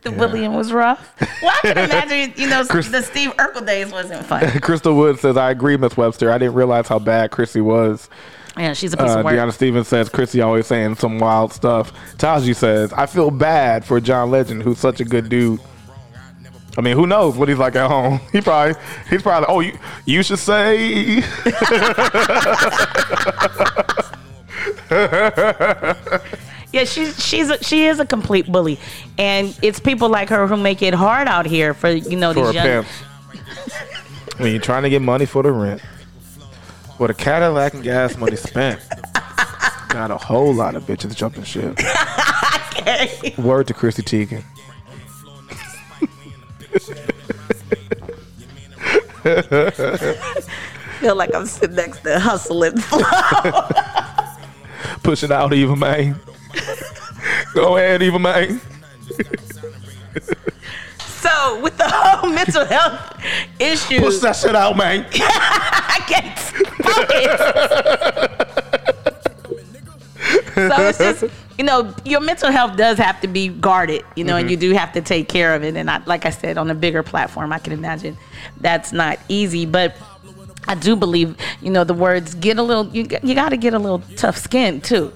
Speaker 3: the bullying was rough. Well, I can imagine, you know,
Speaker 2: Chris-
Speaker 3: the Steve Urkel days wasn't fun.
Speaker 2: Crystal Wood says I agree, Miss Webster. I didn't realize how bad Chrissy was.
Speaker 3: Yeah, she's a piece
Speaker 2: Uh,
Speaker 3: of work.
Speaker 2: Deanna Stevens says Chrissy always saying some wild stuff. Taji says I feel bad for John Legend, who's such a good dude. I mean, who knows what he's like at home? <laughs> He probably he's probably oh you you should say
Speaker 3: Yeah, she's she's a, she is a complete bully, and it's people like her who make it hard out here for you know
Speaker 2: for a
Speaker 3: these young.
Speaker 2: pimp. when you're trying to get money for the rent, for the Cadillac and gas money spent, got a whole lot of bitches jumping
Speaker 3: <laughs>
Speaker 2: ship. Word to Chrissy Teigen.
Speaker 3: feel like I'm sitting next to hustling. <laughs>
Speaker 2: Push it out, Eva May. Go ahead, Eva May.
Speaker 3: so with the whole mental health issue,
Speaker 2: Push that shit out, man.
Speaker 3: I can't stop it. so it's just you know your mental health does have to be guarded, you know, and
Speaker 2: Mm-hmm.
Speaker 3: you do have to take care of it. And I, like I said, on a bigger platform, I can imagine that's not easy, but. I do believe, you know, the words get a little, you, g- you got to get a little tough skin too.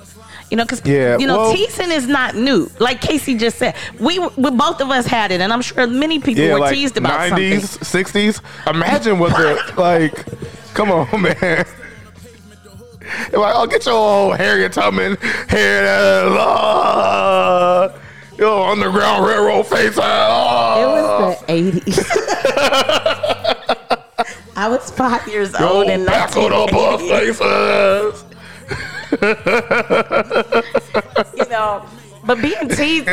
Speaker 3: You know, because,
Speaker 2: Yeah,
Speaker 3: you know,
Speaker 2: well-
Speaker 3: teasing is not new. Like Casey just said, we, were- we both of us had it, and I'm sure many people
Speaker 2: Yeah,
Speaker 3: were
Speaker 2: like
Speaker 3: teased about something.
Speaker 2: 90s, 60s. Imagine what
Speaker 3: <laughs>
Speaker 2: the like. Come on, man. They're Like, oh, get your old Harriet Tubman hair uh, your underground railroad face.
Speaker 3: It
Speaker 2: Uh,
Speaker 3: was the 80s. I was five years old in
Speaker 2: Backled up
Speaker 3: 1980.
Speaker 2: faces.
Speaker 3: You know, But being teased,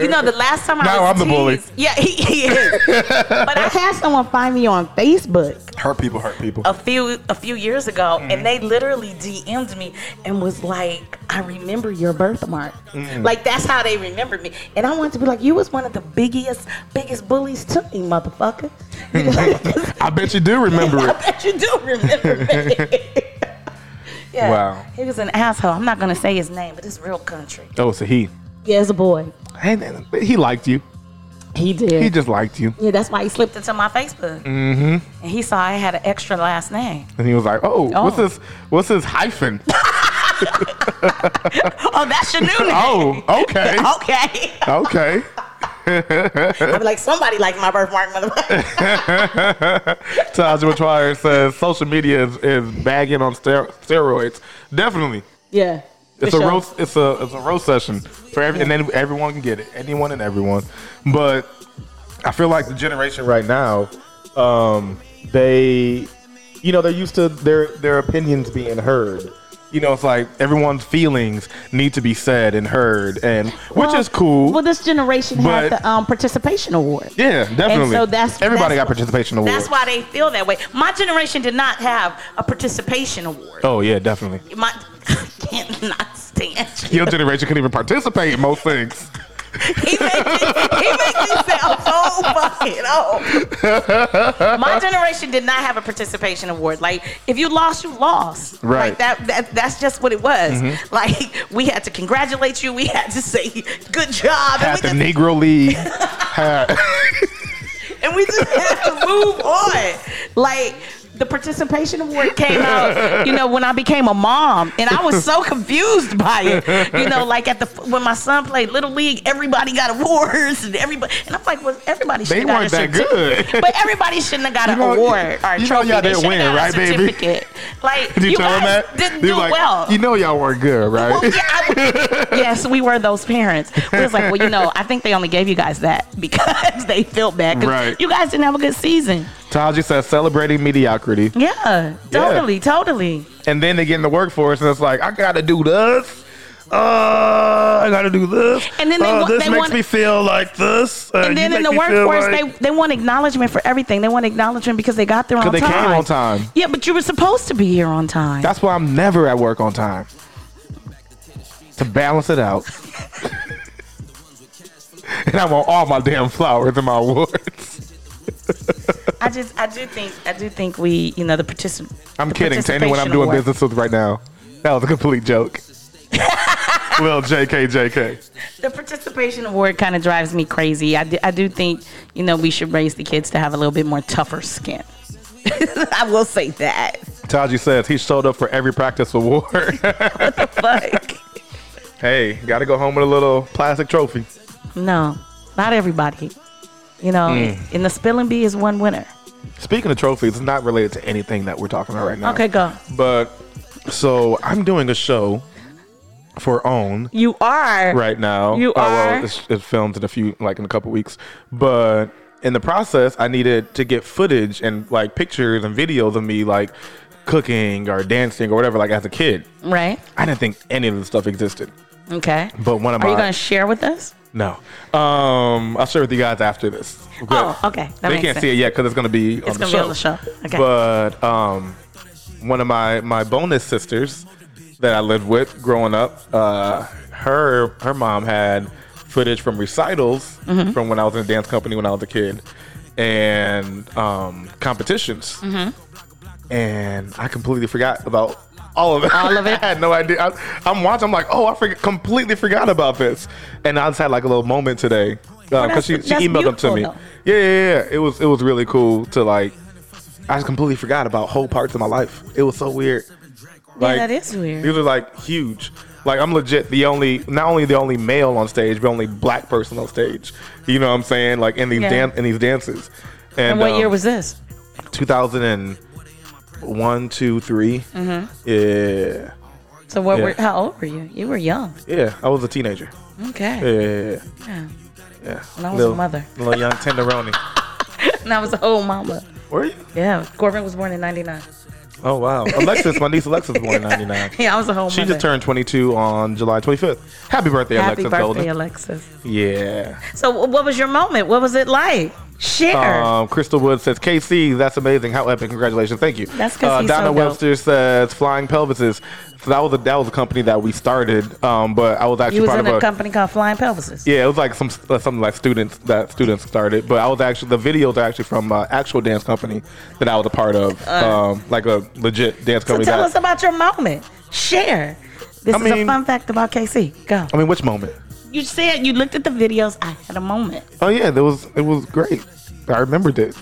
Speaker 3: you know, the last time I
Speaker 2: Now
Speaker 3: was
Speaker 2: I'm the bully.
Speaker 3: teased- Yeah, <laughs> he, he is. but I had someone find me on Facebook
Speaker 2: Hurt people hurt people.
Speaker 3: a few a few years ago,
Speaker 2: Mm.
Speaker 3: and they literally DM'd me and was like, "I remember your birthmark."
Speaker 2: Mm.
Speaker 3: Like that's how they remember me, and I wanted to be like, "You was one of the biggest biggest bullies to me, motherfucker."
Speaker 2: <laughs> I bet you do remember
Speaker 3: <laughs> I
Speaker 2: it.
Speaker 3: bet you do remember
Speaker 2: <laughs>
Speaker 3: me. yeah.
Speaker 2: Wow.
Speaker 3: He was an asshole. I'm not gonna say his name, but it's real country.
Speaker 2: Oh, so he.
Speaker 3: Yeah, it's a boy.
Speaker 2: And he liked you.
Speaker 3: He did.
Speaker 2: He just liked you.
Speaker 3: yeah, that's why he slipped into my Facebook. Mm-hmm. And he saw I had an extra last name.
Speaker 2: And he was like, "Oh, what's
Speaker 3: Oh.
Speaker 2: this? What's this hyphen?
Speaker 3: <laughs> Oh, that's
Speaker 2: <laughs>
Speaker 3: your new name.
Speaker 2: oh, okay,
Speaker 3: <laughs>
Speaker 2: Uh,
Speaker 3: Okay. <laughs>
Speaker 2: okay."
Speaker 3: I'd be like, somebody liked my birthmark, motherfucker.
Speaker 2: Taj McGuire says social media is, is bagging on ster- steroids. Definitely,
Speaker 3: Yeah.
Speaker 2: it's
Speaker 3: For
Speaker 2: a
Speaker 3: sure.
Speaker 2: roast. It's a it's a roast session for every, and then everyone can get it. Anyone and everyone, but I feel like the generation right now, um, they, you know, they're used to their their opinions being heard. You know, it's like everyone's feelings need to be said and heard, and which
Speaker 3: Well-
Speaker 2: is cool.
Speaker 3: Well, this generation had
Speaker 2: But-
Speaker 3: the um, participation award.
Speaker 2: Yeah, definitely.
Speaker 3: And so that's
Speaker 2: everybody
Speaker 3: that's-
Speaker 2: got participation awards.
Speaker 3: That's why they feel that way. My generation did not have a participation award.
Speaker 2: Oh yeah, definitely.
Speaker 3: My <laughs> I can't not stand you.
Speaker 2: Your generation couldn't even participate in most things.
Speaker 3: He makes me sound so fucking old. My generation did not have a participation award. Like, if you lost, you lost.
Speaker 2: Right.
Speaker 3: Like that, that that's just what it was. Like, we had to congratulate you. We had to say good job.
Speaker 2: At
Speaker 3: and, we
Speaker 2: the
Speaker 3: just,
Speaker 2: Negro
Speaker 3: <laughs>
Speaker 2: League, had-
Speaker 3: and we just had to move on. Like. The participation award came out, you know, when I became a mom, and I was so confused by it. You know, like at the when my son played little league, everybody got awards, and everybody, and I'm like, well, everybody should
Speaker 2: they
Speaker 3: have got a
Speaker 2: weren't that
Speaker 3: certificate.
Speaker 2: good.
Speaker 3: But everybody shouldn't have got
Speaker 2: You
Speaker 3: an
Speaker 2: know,
Speaker 3: award or a
Speaker 2: you know
Speaker 3: trophy.
Speaker 2: y'all
Speaker 3: They
Speaker 2: didn't
Speaker 3: shouldn't
Speaker 2: win,
Speaker 3: have got
Speaker 2: right,
Speaker 3: a
Speaker 2: baby?
Speaker 3: certificate. Like
Speaker 2: Did you,
Speaker 3: you
Speaker 2: tell
Speaker 3: guys
Speaker 2: them that?
Speaker 3: didn't
Speaker 2: They
Speaker 3: do
Speaker 2: like,
Speaker 3: well.
Speaker 2: You know y'all weren't good, right?
Speaker 3: <laughs>
Speaker 2: <laughs>
Speaker 3: Well, yeah, I- yes, we were those parents. We was like, well, you know, I think they only gave you guys that <laughs> because they felt bad. 'cause
Speaker 2: Right.
Speaker 3: You guys didn't have a good season.
Speaker 2: Taji says celebrating mediocrity,
Speaker 3: Yeah, totally, totally.
Speaker 2: and then they get in the workforce and it's like I gotta do this. Uh, I gotta do this.
Speaker 3: And then they
Speaker 2: Uh,
Speaker 3: wa-
Speaker 2: this
Speaker 3: they
Speaker 2: makes
Speaker 3: want-
Speaker 2: me feel like this. Uh,
Speaker 3: And then
Speaker 2: you
Speaker 3: in
Speaker 2: make
Speaker 3: the
Speaker 2: me feel
Speaker 3: workforce,
Speaker 2: like-
Speaker 3: they, they want acknowledgement for everything. They want acknowledgement because they got there on
Speaker 2: 'Cause they
Speaker 3: time.
Speaker 2: came on time.
Speaker 3: Yeah, but you were supposed to be here on time.
Speaker 2: That's why I'm never at work on time. To balance it out. <laughs> and I want all my damn flowers and my awards.
Speaker 3: I just, I do think, I do think we, you know, the participant.
Speaker 2: I'm kidding. To anyone I'm doing business with right now, that was a complete joke. <laughs> Little JK, JK.
Speaker 3: The participation award kind of drives me crazy. I do, I do think, you know, we should raise the kids to have a little bit more tougher skin. <laughs> I will say that.
Speaker 2: Taji says he showed up for every practice award. <laughs>
Speaker 3: Fuck.
Speaker 2: hey, got to go home with a little plastic trophy.
Speaker 3: no, not everybody. You know,
Speaker 2: Mm.
Speaker 3: and the spelling bee is one winner.
Speaker 2: Speaking of trophies, it's not related to anything that we're talking about right now.
Speaker 3: Okay, go.
Speaker 2: But so I'm doing a show for OWN.
Speaker 3: You are.
Speaker 2: right now.
Speaker 3: You
Speaker 2: Oh, well,
Speaker 3: are?
Speaker 2: it's, it's filmed in a few, like in a couple weeks. But in the process, I needed to get footage and like pictures and videos of me like cooking or dancing or whatever, like as a kid.
Speaker 3: Right.
Speaker 2: I didn't think any of this stuff existed.
Speaker 3: Okay.
Speaker 2: But one of
Speaker 3: are you
Speaker 2: my-
Speaker 3: going to share with us?
Speaker 2: No. Um, I'll share with you guys after this. But
Speaker 3: Oh, okay. That
Speaker 2: they
Speaker 3: makes
Speaker 2: can't
Speaker 3: sense.
Speaker 2: see it yet because it's going to be on
Speaker 3: It's
Speaker 2: the
Speaker 3: going to
Speaker 2: show.
Speaker 3: be on the show. Okay.
Speaker 2: But um, one of my my bonus sisters that I lived with growing up, uh, her her mom had footage from recitals
Speaker 3: Mm-hmm.
Speaker 2: from when I was in a dance company when I was a kid, and um, competitions.
Speaker 3: Mm-hmm.
Speaker 2: And I completely forgot about all of it.
Speaker 3: All
Speaker 2: <laughs>
Speaker 3: of it?
Speaker 2: I had no idea. I, I'm watching. I'm like, oh, I forget, completely forgot about this. And I just had like a little moment today because
Speaker 3: that's-
Speaker 2: she, she
Speaker 3: that's
Speaker 2: emailed them to
Speaker 3: beautiful,
Speaker 2: me.
Speaker 3: though.
Speaker 2: Yeah, yeah, yeah. It was it was really cool to like. I just completely forgot about whole parts of my life. It was so weird. Like,
Speaker 3: that is weird.
Speaker 2: These are like huge. Like I'm legit the only, not only the only male on stage, but only black person on stage. You know what I'm saying? Like in these
Speaker 3: Yeah.
Speaker 2: dan- in these dances. And,
Speaker 3: and what
Speaker 2: um,
Speaker 3: year was this?
Speaker 2: 2001, two, three.
Speaker 3: Mm-hmm.
Speaker 2: Yeah,
Speaker 3: So what
Speaker 2: yeah.
Speaker 3: were how old were you? You were young.
Speaker 2: yeah. I was a teenager. Yeah,
Speaker 3: Okay.
Speaker 2: yeah, yeah.
Speaker 3: Yeah.
Speaker 2: yeah.
Speaker 3: And I was
Speaker 2: Little-
Speaker 3: a mother.
Speaker 2: Little young
Speaker 3: <laughs>
Speaker 2: tenderoni.
Speaker 3: And I was a whole mama.
Speaker 2: Were you?
Speaker 3: Yeah. Corbin was born in ninety nine.
Speaker 2: Oh wow, Alexis, my niece Alexis, born in '99.
Speaker 3: <laughs> Yeah, I was a whole
Speaker 2: She
Speaker 3: mother.
Speaker 2: just turned 22 on July 25th. Happy birthday,
Speaker 3: Happy
Speaker 2: Alexis
Speaker 3: birthday,
Speaker 2: Golden.
Speaker 3: Alexis.
Speaker 2: yeah.
Speaker 3: So, wh- what was your moment? What was it like? Share.
Speaker 2: Um, Crystal Wood says, KC, that's amazing. How epic. Congratulations. Thank you. Uh,
Speaker 3: That's 'cause he's so
Speaker 2: Donna
Speaker 3: dope.
Speaker 2: Webster says, Flying Pelvises. So that was a that was a company that we started, um, but I was actually
Speaker 3: you was
Speaker 2: part
Speaker 3: in
Speaker 2: of
Speaker 3: a
Speaker 2: a
Speaker 3: company called Flying Pelvises.
Speaker 2: yeah, it was like some uh, something like students that students started, but I was actually the videos are actually from uh, actual dance company that I was a part of, um, like a legit dance
Speaker 3: Uh. So
Speaker 2: company.
Speaker 3: tell
Speaker 2: that,
Speaker 3: us about your moment. Share. This
Speaker 2: I
Speaker 3: is a
Speaker 2: mean-
Speaker 3: fun fact about KC. Go.
Speaker 2: I mean, which moment?
Speaker 3: You said you looked at the videos. I had a moment.
Speaker 2: Oh yeah, that was it was great. I remembered it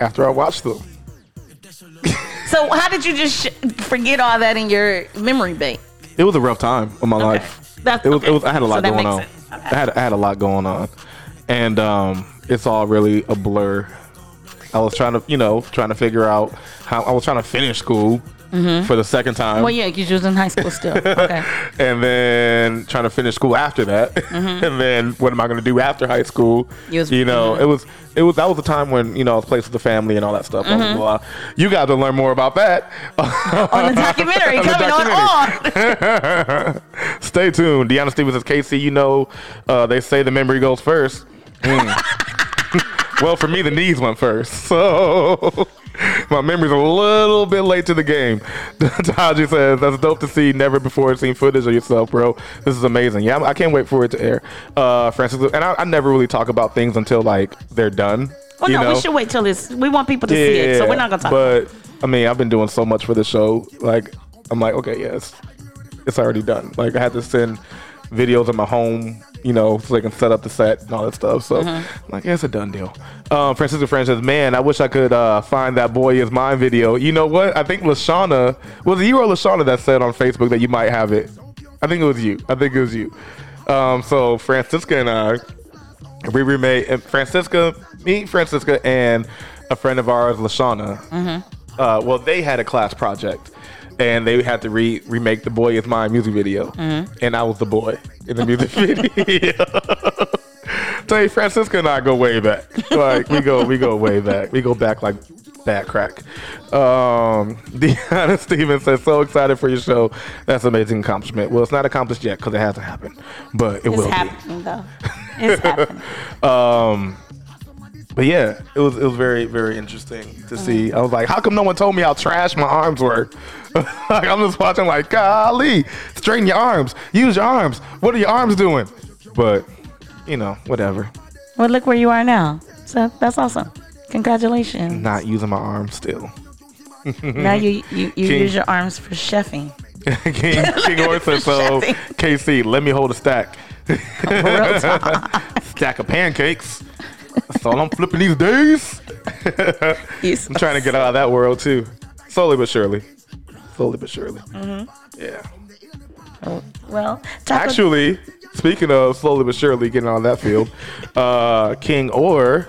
Speaker 2: after I watched them.
Speaker 3: So how did you just sh- forget all that in your memory bank?
Speaker 2: It was a rough time of my
Speaker 3: Okay.
Speaker 2: life.
Speaker 3: That's-
Speaker 2: it was,
Speaker 3: okay.
Speaker 2: it was. I had a
Speaker 3: So
Speaker 2: lot
Speaker 3: that
Speaker 2: going on.
Speaker 3: makes sense.
Speaker 2: I had I had a lot going on, and um, it's all really a blur. I was trying to, you know, trying to figure out how I was trying to finish school
Speaker 3: Mm-hmm.
Speaker 2: for the second time.
Speaker 3: Well, yeah, because you was in high school <laughs> still. Okay.
Speaker 2: and then trying to finish school after that, and then what am I going to do after high school?
Speaker 3: Mm-hmm. You was-
Speaker 2: you know,
Speaker 3: mhm.
Speaker 2: it was it was that was the time when you know I was placed with the family and all that stuff. blah,
Speaker 3: Mm-hmm.
Speaker 2: blah, blah. You guys will learn more about that <laughs>
Speaker 3: on the documentary
Speaker 2: On the
Speaker 3: coming on
Speaker 2: <laughs>
Speaker 3: on.
Speaker 2: Stay tuned. Deanna Stevens says, "KC, you know, uh, they say the memory goes first. Mm. <laughs> well, for me, the knees went first, <laughs> so my memory's a little bit late to the game. <laughs> Taji says, "That's dope to see. Never before seen footage of yourself, bro. This is amazing. Yeah, I'm- I can't wait for it to air." Uh, Francis, and I, I never really talk about things until like they're done.
Speaker 3: Well,
Speaker 2: you
Speaker 3: Oh, no,
Speaker 2: know?
Speaker 3: we should wait till it's. We want people to see it, so we're not gonna talk. about
Speaker 2: But I mean, I've been doing so much for the show. Like, I'm like, okay, yes, it's already done. Like, I had to send videos of my home, you know, so they can set up the set and all that stuff. So,
Speaker 3: Mm-hmm.
Speaker 2: like, yeah, it's a done deal. Um, Francisco French says, "Man, I wish I could uh, find that boy is mine video." You know what? I think Lashana was it you or Lashana that said on Facebook that you might have it. I think it was you. I think it was you. Um, so Francisca and I we remade and Francisca, me, Francisca, and a friend of ours, Lashana. Uh, well, they had a class project, and they had to re- remake the "Boy Is Mine" music video, and I was the boy in the music <laughs> video. Tell you, Francisca and I go way back. Like we go, we go way back. We go back like that crack. Um, <laughs> Deanna Stevens says, "So excited for your show. That's an amazing accomplishment. Well, it's not accomplished yet because it hasn't happened, but it
Speaker 3: It's
Speaker 2: will be." <laughs>
Speaker 3: happening though. It's happening.
Speaker 2: Um, but yeah, it was it was very very interesting to see. I was like, how come no one told me how trash my arms were? <laughs> like I'm just watching like, golly, straighten your arms, use your arms. What are your arms doing? But you know, whatever.
Speaker 3: Well, look where you are now. So that's awesome. Congratulations.
Speaker 2: Not using my arms still. <laughs>
Speaker 3: Now you you, you
Speaker 2: Mm-hmm. King.
Speaker 3: use your arms for chefing.
Speaker 2: King King Orr said so. KC, let me hold a stack. <laughs> stack of pancakes. That's all I'm flipping these days.
Speaker 3: You-
Speaker 2: I'm trying to get out of that world too, slowly but surely. Slowly but surely. Yeah.
Speaker 3: Well, Taco,
Speaker 2: Actually, speaking of slowly but surely getting out of that field, uh, King Orr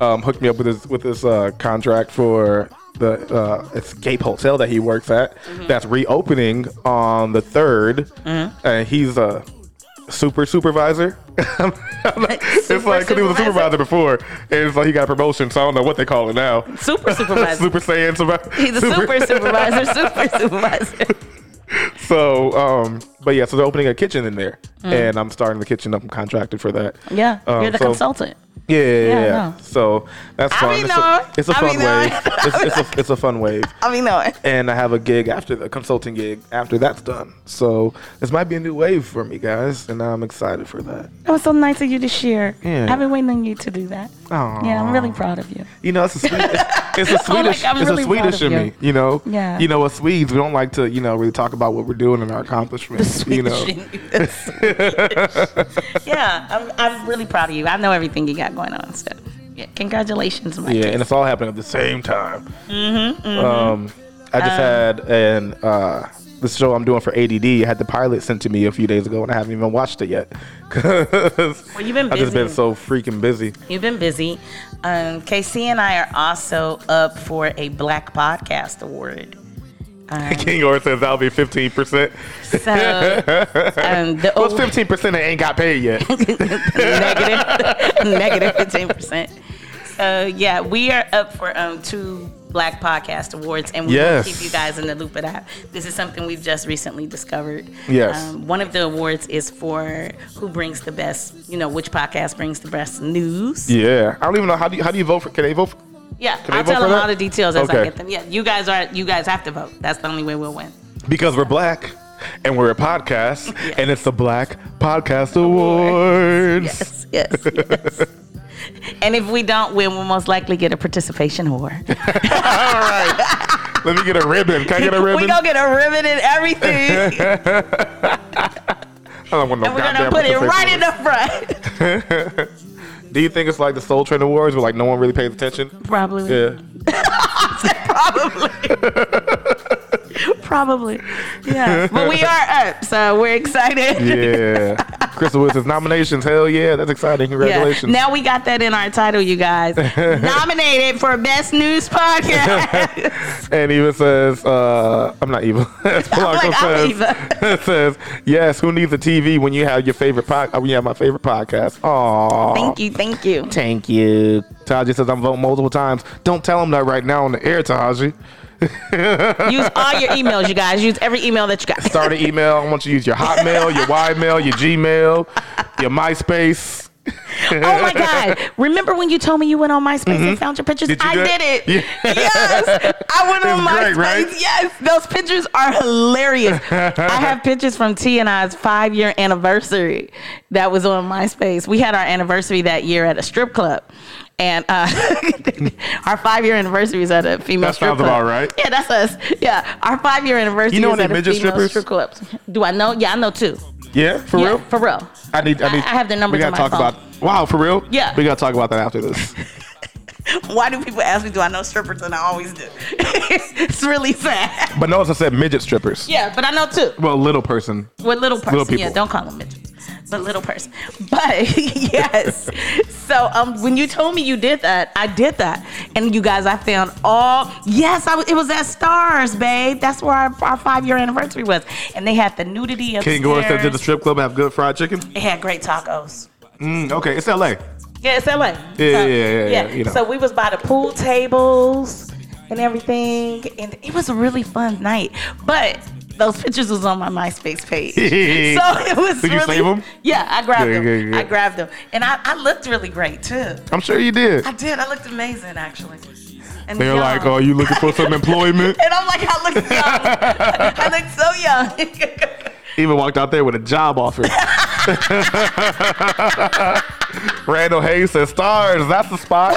Speaker 2: um, hooked me up with his with his uh, contract for the uh, Escape Hotel that he works at.
Speaker 3: Mm-hmm.
Speaker 2: That's reopening on the 3rd and he's a super supervisor. <laughs> it's like 'cause he was a
Speaker 3: supervisor?
Speaker 2: supervisor before, and it's like he got a promotion, so I don't know what they call it now. <laughs>
Speaker 3: super supervisor.
Speaker 2: Super Saiyan supervisor.
Speaker 3: He's a super supervisor. Super supervisor.
Speaker 2: So, um, but yeah, so they're opening a kitchen in there, and I'm starting the kitchen up. I'm contracted for that.
Speaker 3: <laughs> Mm. Yeah,
Speaker 2: Um,
Speaker 3: you're the
Speaker 2: so-
Speaker 3: consultant.
Speaker 2: Yeah, yeah,
Speaker 3: Yeah,
Speaker 2: yeah.
Speaker 3: I
Speaker 2: yeah.
Speaker 3: know.
Speaker 2: So that's
Speaker 3: I
Speaker 2: fun.
Speaker 3: be
Speaker 2: It's a,
Speaker 3: knowing.
Speaker 2: it's a
Speaker 3: I be
Speaker 2: fun
Speaker 3: knowing. <laughs>
Speaker 2: wave. It's, it's, a, it's a fun wave.
Speaker 3: I mean, no.
Speaker 2: And I have a gig after the consulting gig after that's done. So this might be a new wave for me, guys, and I'm excited for that.
Speaker 3: That was so nice of you to share.
Speaker 2: Yeah.
Speaker 3: I've been waiting on you to do that.
Speaker 2: Aw.
Speaker 3: Yeah, I'm really proud of you.
Speaker 2: You know, it's a Swedish.
Speaker 3: <laughs>
Speaker 2: It's, it's a
Speaker 3: Oh I'm like,
Speaker 2: Swedish.
Speaker 3: I'm
Speaker 2: it's
Speaker 3: really
Speaker 2: a Swedish in
Speaker 3: proud of
Speaker 2: me. You know.
Speaker 3: Yeah.
Speaker 2: You know, as Swedes, we don't like to, you know, really talk about what we're doing and our accomplishments. you know. <laughs>
Speaker 3: yeah, I'm, I'm really proud of you. I know everything you got going on. So, yeah, congratulations, Mike.
Speaker 2: Yeah, and it's all happening at the same time. Mm-hmm, Um, I just had an uh, the show I'm doing for ADD. I had the pilot sent to me a few days ago, and I haven't even watched it yet. <laughs> well,
Speaker 3: you've been
Speaker 2: I've just
Speaker 3: busy.
Speaker 2: been so freaking busy.
Speaker 3: You've been busy. Um, KC and I are also up for a Black Podcast Award. Um,
Speaker 2: <laughs> King Or says that'll be 15. percent
Speaker 3: So, um, the
Speaker 2: What's 15 percent that ain't got paid yet? <laughs>
Speaker 3: <laughs> negative negative fifteen percent. So yeah, we are up for um two Black Podcast Awards, and we
Speaker 2: Yes.
Speaker 3: will keep you guys in the loop of that. This is something we've just recently discovered. Um,
Speaker 2: Yes.
Speaker 3: one of the awards is for who brings the best, you know, which podcast brings the best news.
Speaker 2: Yeah, I don't even know how do you, how do you vote for? Can they vote? For,
Speaker 3: Yeah,
Speaker 2: Can I
Speaker 3: I'll
Speaker 2: vote
Speaker 3: tell
Speaker 2: for
Speaker 3: them
Speaker 2: that?
Speaker 3: all the details as I
Speaker 2: Okay.
Speaker 3: get them. Yeah, you guys are you guys have to vote. That's the only way we'll win.
Speaker 2: because we're black and we're a
Speaker 3: <laughs>
Speaker 2: podcast,
Speaker 3: Yeah.
Speaker 2: and it's the Black Podcast Awards.
Speaker 3: Yes, yes, yes. and if we don't win, we'll most likely get a participation award.
Speaker 2: All
Speaker 3: <laughs>
Speaker 2: right, let me get a ribbon. Can I get a ribbon?
Speaker 3: we gonna get a ribbon and
Speaker 2: <laughs>
Speaker 3: everything,
Speaker 2: I don't want no
Speaker 3: and we're
Speaker 2: goddamn
Speaker 3: gonna put it
Speaker 2: participation
Speaker 3: right in the front.
Speaker 2: award. Do you think it's like the Soul Train Awards, where like no one really pays attention?
Speaker 3: <laughs> Probably.
Speaker 2: Yeah.
Speaker 3: Probably. Probably. Yeah. <laughs> But we are up, so we're <laughs> excited.
Speaker 2: Yeah. Crystal Wilson's nominations. Hell yeah. That's exciting. Congratulations.
Speaker 3: Now we got that in our title,
Speaker 2: <laughs>
Speaker 3: you guys. Nominated for Best
Speaker 2: <laughs>
Speaker 3: News Podcast.
Speaker 2: and Eva says, uh, I'm not
Speaker 3: <laughs>
Speaker 2: Eva. <laughs> Polanco
Speaker 3: like, I'm
Speaker 2: says, <laughs> says, yes, who needs a TV when you have your favorite podcast? When you have my favorite podcast. Aww.
Speaker 3: thank you, thank you.
Speaker 2: Thank you. Taji says, I'm voting multiple times. Don't tell him that right now on the air, Taji.
Speaker 3: Use all your emails, you guys. Use every email that you got.
Speaker 2: Start an email. I want you to use your Hotmail, your Ymail, your Gmail, your MySpace.
Speaker 3: Oh
Speaker 2: <laughs>
Speaker 3: my God. Remember when you told me you went on MySpace and found your pictures?
Speaker 2: Mm-hmm. Did you
Speaker 3: I
Speaker 2: do
Speaker 3: did
Speaker 2: it?
Speaker 3: it.
Speaker 2: Yeah.
Speaker 3: <laughs> Yes. I went on
Speaker 2: It's great,
Speaker 3: MySpace.
Speaker 2: right?
Speaker 3: Yes. Those pictures are
Speaker 2: <laughs>
Speaker 3: hilarious. I have pictures from T and I's five year anniversary that was on MySpace. We had our anniversary that year at a strip club. And uh, <laughs> our five year anniversary is at a female
Speaker 2: That
Speaker 3: strip
Speaker 2: sounds
Speaker 3: club.
Speaker 2: about right.
Speaker 3: Yeah, that's us. Yeah. Our five year anniversary
Speaker 2: You know
Speaker 3: is
Speaker 2: any
Speaker 3: at a
Speaker 2: midget
Speaker 3: female
Speaker 2: strippers?
Speaker 3: strip club. Do I know? Yeah, I know two.
Speaker 2: Yeah, for
Speaker 3: yeah,
Speaker 2: real?
Speaker 3: For real. <laughs>
Speaker 2: I need, I
Speaker 3: I-
Speaker 2: need.
Speaker 3: I have their numbers
Speaker 2: We
Speaker 3: on
Speaker 2: gotta
Speaker 3: my
Speaker 2: talk about. Wow, for real?
Speaker 3: Yeah.
Speaker 2: We gotta talk about that after
Speaker 3: <laughs>
Speaker 2: this.
Speaker 3: Why do people ask me, do I know strippers? And I always do. <laughs> it's really sad. <laughs>
Speaker 2: But notice I said midget strippers.
Speaker 3: Yeah, but I know too.
Speaker 2: Well, little person.
Speaker 3: With little person.
Speaker 2: Little
Speaker 3: yeah,
Speaker 2: people.
Speaker 3: don't call them midgets. But little person. <laughs> But yes. So um, when you told me you did that, I did that. And you guys, I found all, yes, I was, it was at Stars, babe. That's where our, our five year anniversary was. And they had the nudity upstairs.
Speaker 2: King Gore said to the strip club have good fried chicken.
Speaker 3: They had great tacos.
Speaker 2: Mm, okay, it's LA.
Speaker 3: Yeah, it's LA.
Speaker 2: Yeah,
Speaker 3: so,
Speaker 2: yeah, yeah, yeah, you know.
Speaker 3: So we was by the pool tables and everything, and it was a really fun night. But those pictures was on my
Speaker 2: <laughs>
Speaker 3: MySpace page, so it was.
Speaker 2: Did you
Speaker 3: really,
Speaker 2: save 'em?
Speaker 3: Yeah, I grabbed
Speaker 2: Good,
Speaker 3: them.
Speaker 2: good, good.
Speaker 3: I grabbed them, and I, I looked really great too.
Speaker 2: I'm sure you did.
Speaker 3: I did. I looked amazing actually. And
Speaker 2: They were
Speaker 3: young.
Speaker 2: like, "Oh, you looking for some employment?"
Speaker 3: And I'm like, I look young. <laughs> I look so young.
Speaker 2: <laughs>
Speaker 3: <laughs>
Speaker 2: Even walked out there with a job offer. <laughs> Randall Hayes says, "Stars, that's the spot."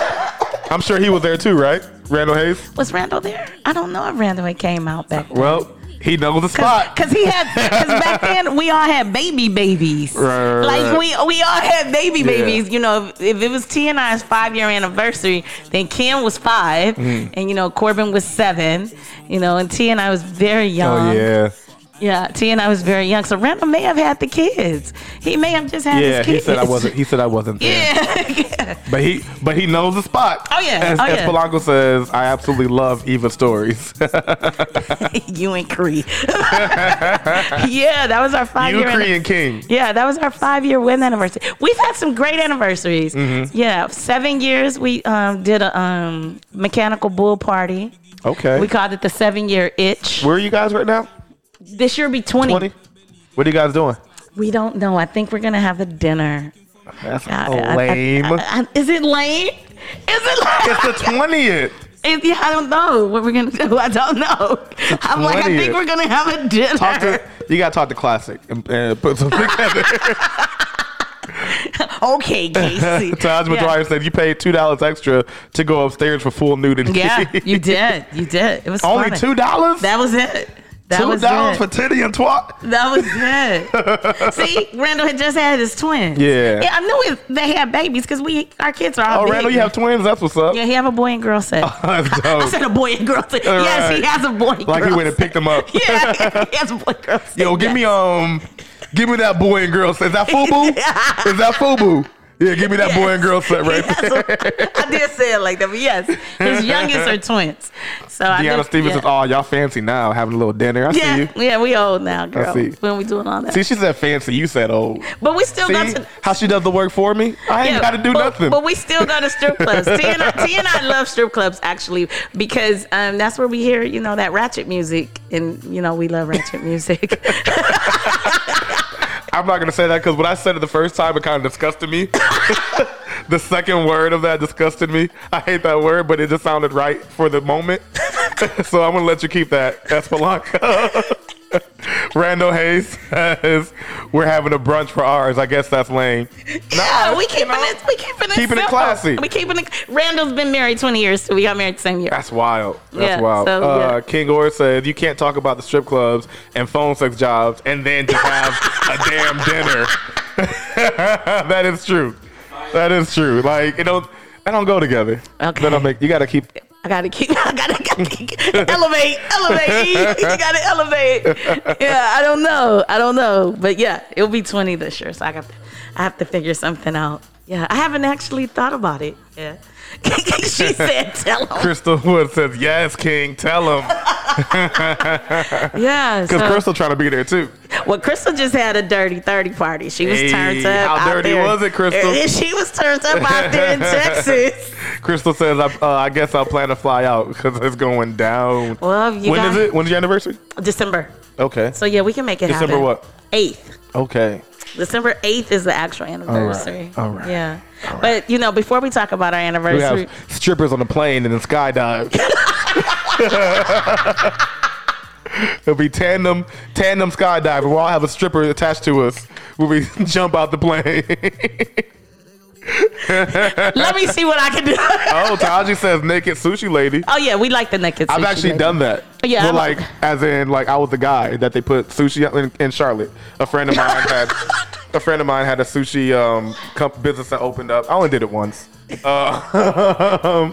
Speaker 2: I'm sure he was there too, right? Randall Hayes.
Speaker 3: was Randall there? I don't know if Randall had came out back then.
Speaker 2: Well, he knows the spot.
Speaker 3: Because he had, because
Speaker 2: <laughs>
Speaker 3: back then we all had baby babies.
Speaker 2: Right, right,
Speaker 3: like
Speaker 2: right.
Speaker 3: we we all had baby
Speaker 2: Yeah.
Speaker 3: babies. You know, if, if it was T and I's five year anniversary, then Ken was five,
Speaker 2: Mm-hmm.
Speaker 3: and you know Corbin was seven. You know, and T and I was very young.
Speaker 2: Oh yeah,
Speaker 3: yeah. T and I was very young. So Randall may have had the kids. He may have just had
Speaker 2: yeah.
Speaker 3: his
Speaker 2: He
Speaker 3: kids.
Speaker 2: said I
Speaker 3: <laughs>
Speaker 2: wasn't. He said I wasn't there.
Speaker 3: Yeah. yeah. <laughs>
Speaker 2: But he, but he knows the spot.
Speaker 3: Oh, yeah.
Speaker 2: As,
Speaker 3: Oh,
Speaker 2: as
Speaker 3: yeah.
Speaker 2: Polanco says, I absolutely love Eva stories. <laughs>
Speaker 3: you and Cree. <laughs> yeah, that was our five
Speaker 2: you,
Speaker 3: year
Speaker 2: Cree, and King.
Speaker 3: Yeah, that was our five year win anniversary. We've had some great anniversaries.
Speaker 2: Mm-hmm.
Speaker 3: Yeah, seven years we um, did a um, mechanical bull party.
Speaker 2: Okay.
Speaker 3: We called it the seven year itch.
Speaker 2: Where are you guys right now?
Speaker 3: This year be 20.
Speaker 2: 20? What are you guys doing?
Speaker 3: We don't know. I think we're going to have a dinner.
Speaker 2: That's
Speaker 3: I- I- I-
Speaker 2: Oh, lame.
Speaker 3: I- I- is it lame? Is it lame?
Speaker 2: it's
Speaker 3: <laughs>
Speaker 2: the 20th.
Speaker 3: It- yeah, I don't know what we're going to do. I don't know. I'm like, I
Speaker 2: 20th.
Speaker 3: think we're going to have a dinner.
Speaker 2: Talk
Speaker 3: <laughs>
Speaker 2: to, you got to talk to Classic and, and put something together.
Speaker 3: okay, Casey.
Speaker 2: <laughs> Taj
Speaker 3: Yeah.
Speaker 2: McGuire said you paid $2 extra to go upstairs for full nudity. <laughs>
Speaker 3: Yeah, you did. You did. It was
Speaker 2: Only
Speaker 3: fun.
Speaker 2: $2?
Speaker 3: That was it. That
Speaker 2: $2
Speaker 3: was it.
Speaker 2: for titty and twat?
Speaker 3: That was good. <laughs> See, Randall had just had his twins.
Speaker 2: Yeah.
Speaker 3: Yeah, I knew it, they had babies because we our kids are all.
Speaker 2: Oh,
Speaker 3: big.
Speaker 2: Randall, you have Oh, twins? That's what's up.
Speaker 3: Yeah, he have a boy
Speaker 2: <laughs>
Speaker 3: and girl set.
Speaker 2: That's
Speaker 3: <laughs> I
Speaker 2: dope.
Speaker 3: said a boy and girl set. Yes,
Speaker 2: right.
Speaker 3: he has a boy. And
Speaker 2: Like
Speaker 3: girl
Speaker 2: he went and
Speaker 3: set.
Speaker 2: picked them up.
Speaker 3: <laughs> Yeah, he has a boy and girl set.
Speaker 2: Yo, give me
Speaker 3: yes. <laughs>
Speaker 2: um, give me that boy and girl. Is that Fubu? Is that Fubu? Yeah, give me that boy and girl set <laughs> right there.
Speaker 3: I did say it like that, but yes, his youngest are twins. So I
Speaker 2: Deanna
Speaker 3: did-
Speaker 2: Stevens
Speaker 3: yeah.
Speaker 2: is all y'all fancy now, having a little dinner. I
Speaker 3: Yeah,
Speaker 2: see you.
Speaker 3: yeah, we old now, girl.
Speaker 2: see.
Speaker 3: When we doing all that,
Speaker 2: See, she said fancy. You said old.
Speaker 3: but we still
Speaker 2: See
Speaker 3: got to.
Speaker 2: how she does the work for me? I ain't
Speaker 3: Yeah,
Speaker 2: got to do
Speaker 3: but,
Speaker 2: nothing.
Speaker 3: But we still go to strip clubs. T and, I, T and I love strip clubs actually because um, that's where we hear you know that ratchet music and you know we love
Speaker 2: <laughs>
Speaker 3: ratchet music.
Speaker 2: I'm not gonna say that because when I said it the first time, it kind of disgusted me. <laughs> the second word of that disgusted me. I hate that word, but it just sounded right for the moment. <laughs> so I'm gonna let you keep that. Espelanca. <laughs> Randall Hayes says we're having a brunch for ours. I guess that's lame.
Speaker 3: yeah, we keeping it. We keeping it.
Speaker 2: Keeping it
Speaker 3: simple.
Speaker 2: classy.
Speaker 3: We keeping it. Randall's been married twenty years, so we got married the same year.
Speaker 2: That's wild. That's
Speaker 3: Yeah,
Speaker 2: wild.
Speaker 3: so,
Speaker 2: uh,
Speaker 3: yeah.
Speaker 2: King Orr says you can't talk about the strip clubs and phone sex jobs and then just have a damn dinner. <laughs> that is true. That is true. Like it don't. That don't go together.
Speaker 3: Okay.
Speaker 2: That don't make. You gotta keep.
Speaker 3: I gotta keep. <laughs> I gotta, gotta keep- elevate, elevate. <laughs> E. you gotta elevate. Yeah, I don't know. I don't know, but yeah, it'll be twenty this year, so I got. To, I have to figure something out. Yeah, I haven't actually thought about it. Yeah, <laughs> she said, "Tell him."
Speaker 2: Crystal <laughs> Wood says yes, King. Tell him
Speaker 3: Yeah,
Speaker 2: because
Speaker 3: so-
Speaker 2: Crystal trying to be there too.
Speaker 3: well, Crystal just had a dirty thirty party. She was
Speaker 2: Hey,
Speaker 3: turned up.
Speaker 2: how
Speaker 3: out
Speaker 2: dirty
Speaker 3: there.
Speaker 2: was it, Crystal?
Speaker 3: <laughs> She was turned up
Speaker 2: <laughs>
Speaker 3: out there in Texas.
Speaker 2: Crystal says I, uh, I guess I'll plan to fly out because it's going down.
Speaker 3: Well, you
Speaker 2: When
Speaker 3: got
Speaker 2: is it? When's your anniversary?
Speaker 3: December.
Speaker 2: Okay.
Speaker 3: So yeah, we can make it
Speaker 2: December
Speaker 3: happen.
Speaker 2: what?
Speaker 3: Eighth.
Speaker 2: Okay.
Speaker 3: December 8th is the actual anniversary.
Speaker 2: All right.
Speaker 3: Yeah. But, you know, before we talk about our
Speaker 2: We
Speaker 3: anniversary,
Speaker 2: <laughs> have strippers on the plane and then skydive. <laughs> It'll be tandem tandem skydiving. We'll all have a stripper attached to us when we <laughs> jump out the plane. <laughs>
Speaker 3: let me see what I can do. <laughs>
Speaker 2: oh, Taji says naked sushi lady.
Speaker 3: oh, yeah, we like the naked
Speaker 2: I've
Speaker 3: sushi
Speaker 2: actually
Speaker 3: lady.
Speaker 2: done that.
Speaker 3: Yeah,
Speaker 2: But,
Speaker 3: I'm-
Speaker 2: like as in like I was the guy that they put sushi out in, in Charlotte. A friend of mine had a friend of mine had a sushi um com- business that opened up. I only did it once. Uh, <laughs>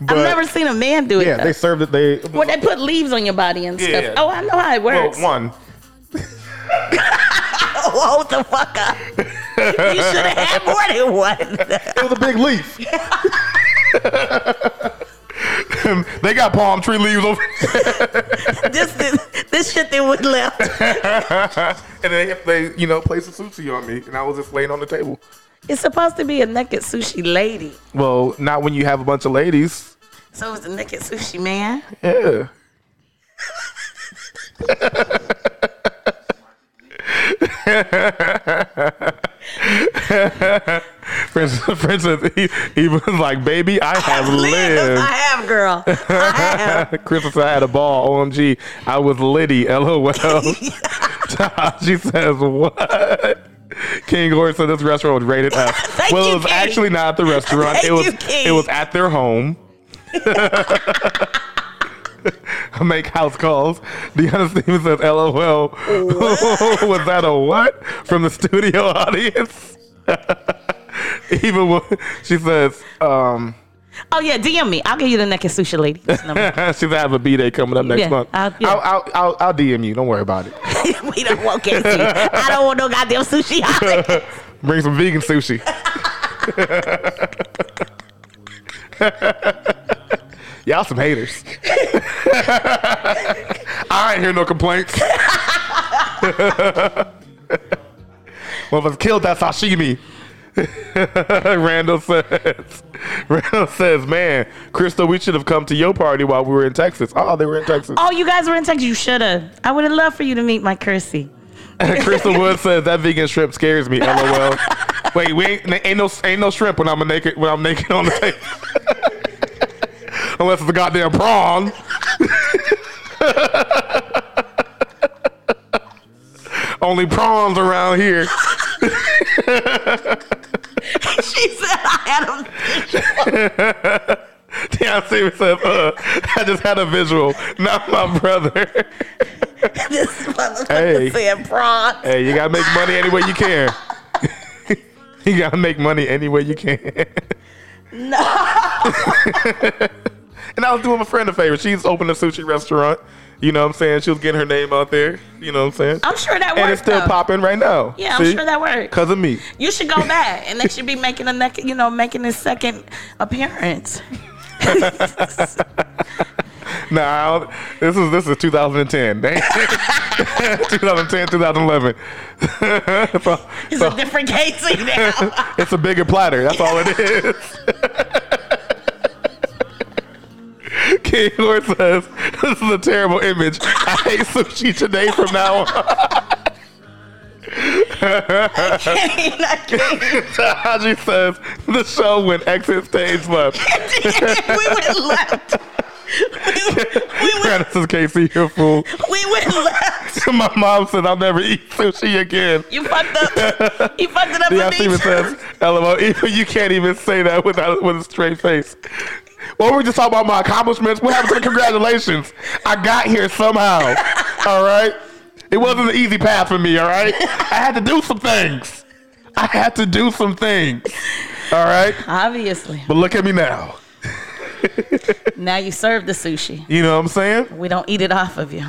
Speaker 2: but
Speaker 3: I've never seen a man do it.
Speaker 2: yeah,
Speaker 3: though. <laughs>
Speaker 2: they served it. They
Speaker 3: Where they put leaves on your body and stuff.
Speaker 2: Yeah.
Speaker 3: Oh, I know how it
Speaker 2: well,
Speaker 3: works.
Speaker 2: one.
Speaker 3: <laughs> Oh, hold
Speaker 2: <laughs>
Speaker 3: the fuck up. you should have had more than one. <laughs>
Speaker 2: It was a big leaf. <laughs> they got palm tree leaves over,
Speaker 3: this, this, this shit that was left.
Speaker 2: and they they you know placed a sushi on me, and I was just laying on the table.
Speaker 3: It's supposed to be a naked sushi lady.
Speaker 2: Well, not when you have a bunch of ladies.
Speaker 3: So it's a naked sushi man.
Speaker 2: Yeah. <laughs> for instance, for instance, he, he was like, "Baby, I have lived."
Speaker 3: I have, girl. I
Speaker 2: <laughs>
Speaker 3: have.
Speaker 2: Christmas, I had a ball. OMG, I was Liddy. LOL.
Speaker 3: <laughs>
Speaker 2: <laughs> she says, What? King Gordon said this restaurant was rated F.
Speaker 3: <laughs> Thank
Speaker 2: well,
Speaker 3: you,
Speaker 2: it was
Speaker 3: King.
Speaker 2: actually not at the restaurant.
Speaker 3: Thank
Speaker 2: it was
Speaker 3: you, King.
Speaker 2: it was at their home. <laughs> I make house calls. Deanna Stevens says, LOL. <laughs> was that a what? From the studio audience? <laughs> Even when, she says, um,
Speaker 3: Oh yeah, DM me. I'll give you the naked sushi lady. number.
Speaker 2: She's gonna have a B day coming up next
Speaker 3: Yeah,
Speaker 2: month.
Speaker 3: I'll- yeah.
Speaker 2: I'll, I'll, I'll, I'll DM you. Don't worry about it.
Speaker 3: <laughs> we don't want KC. I don't want no goddamn sushi.
Speaker 2: <laughs>
Speaker 3: holiday.
Speaker 2: Bring some vegan sushi. <laughs> Y'all some haters. <laughs> I ain't hear no complaints. <laughs> One of us killed that sashimi. <laughs> Randall says. <laughs> Randall says, "Man, Crystal, we should have come to your party while we were in Texas. Oh, they were in Texas.
Speaker 3: oh, you guys were in Texas. You should have. I would have loved for you to meet my Kirsty.
Speaker 2: <laughs> Crystal Wood says that vegan shrimp scares me. LOL. Wait, we ain't, ain't no ain't no shrimp when I'm a naked when I'm naked on the table. <laughs> Unless it's a goddamn prawn. <laughs> Only prawns around here. <laughs>
Speaker 3: she said I had him.
Speaker 2: Damn, Steven says, uh, I just had a visual, not my brother.
Speaker 3: <laughs>
Speaker 2: <laughs>
Speaker 3: This motherfucker
Speaker 2: Hey.
Speaker 3: said prawn. <laughs>
Speaker 2: Hey, you gotta make money any way you can. <laughs> you gotta make money any way you can. No. <laughs> and I was doing my friend a favor. She's opened a sushi restaurant, You know what I'm saying? She was getting her name out there. You know what I'm saying?
Speaker 3: I'm sure that
Speaker 2: and
Speaker 3: worked,
Speaker 2: it's still
Speaker 3: though.
Speaker 2: popping right now.
Speaker 3: Yeah, I'm sure that worked.
Speaker 2: Because of me.
Speaker 3: You should go back, and they should be making a neck, you know, making his second appearance. <laughs>
Speaker 2: Nah, I don't- this is this is <laughs> 2010. They- 2010, 2011. <laughs> so,
Speaker 3: It's
Speaker 2: so
Speaker 3: a different Casey
Speaker 2: <laughs>
Speaker 3: now.
Speaker 2: it's a bigger platter. That's all it is. <laughs> King Lord says, "This is a terrible image. I hate sushi today from now on." <laughs> Taraji says, "The show went exit stage left."
Speaker 3: <laughs>
Speaker 8: <laughs>
Speaker 3: we would have left. We would
Speaker 2: This is Casey, you fool. <laughs>
Speaker 3: we would have left.
Speaker 2: My mom said, "I'll never eat sushi again."
Speaker 3: You fucked up. You
Speaker 2: <laughs>
Speaker 3: fucked it up
Speaker 2: Yeah,
Speaker 3: for me.
Speaker 2: Steven says, LMO, <laughs> even you can't even say that without with a straight face. Well, we just talking about my accomplishments. What happened to the congratulations? I got here somehow. All right. It wasn't an easy path for me, all right? I had to do some things. I had to do some things. All right.
Speaker 3: Obviously,
Speaker 2: But look at me now.
Speaker 3: now you serve the sushi.
Speaker 2: You know what I'm saying?
Speaker 3: We don't eat it off of you.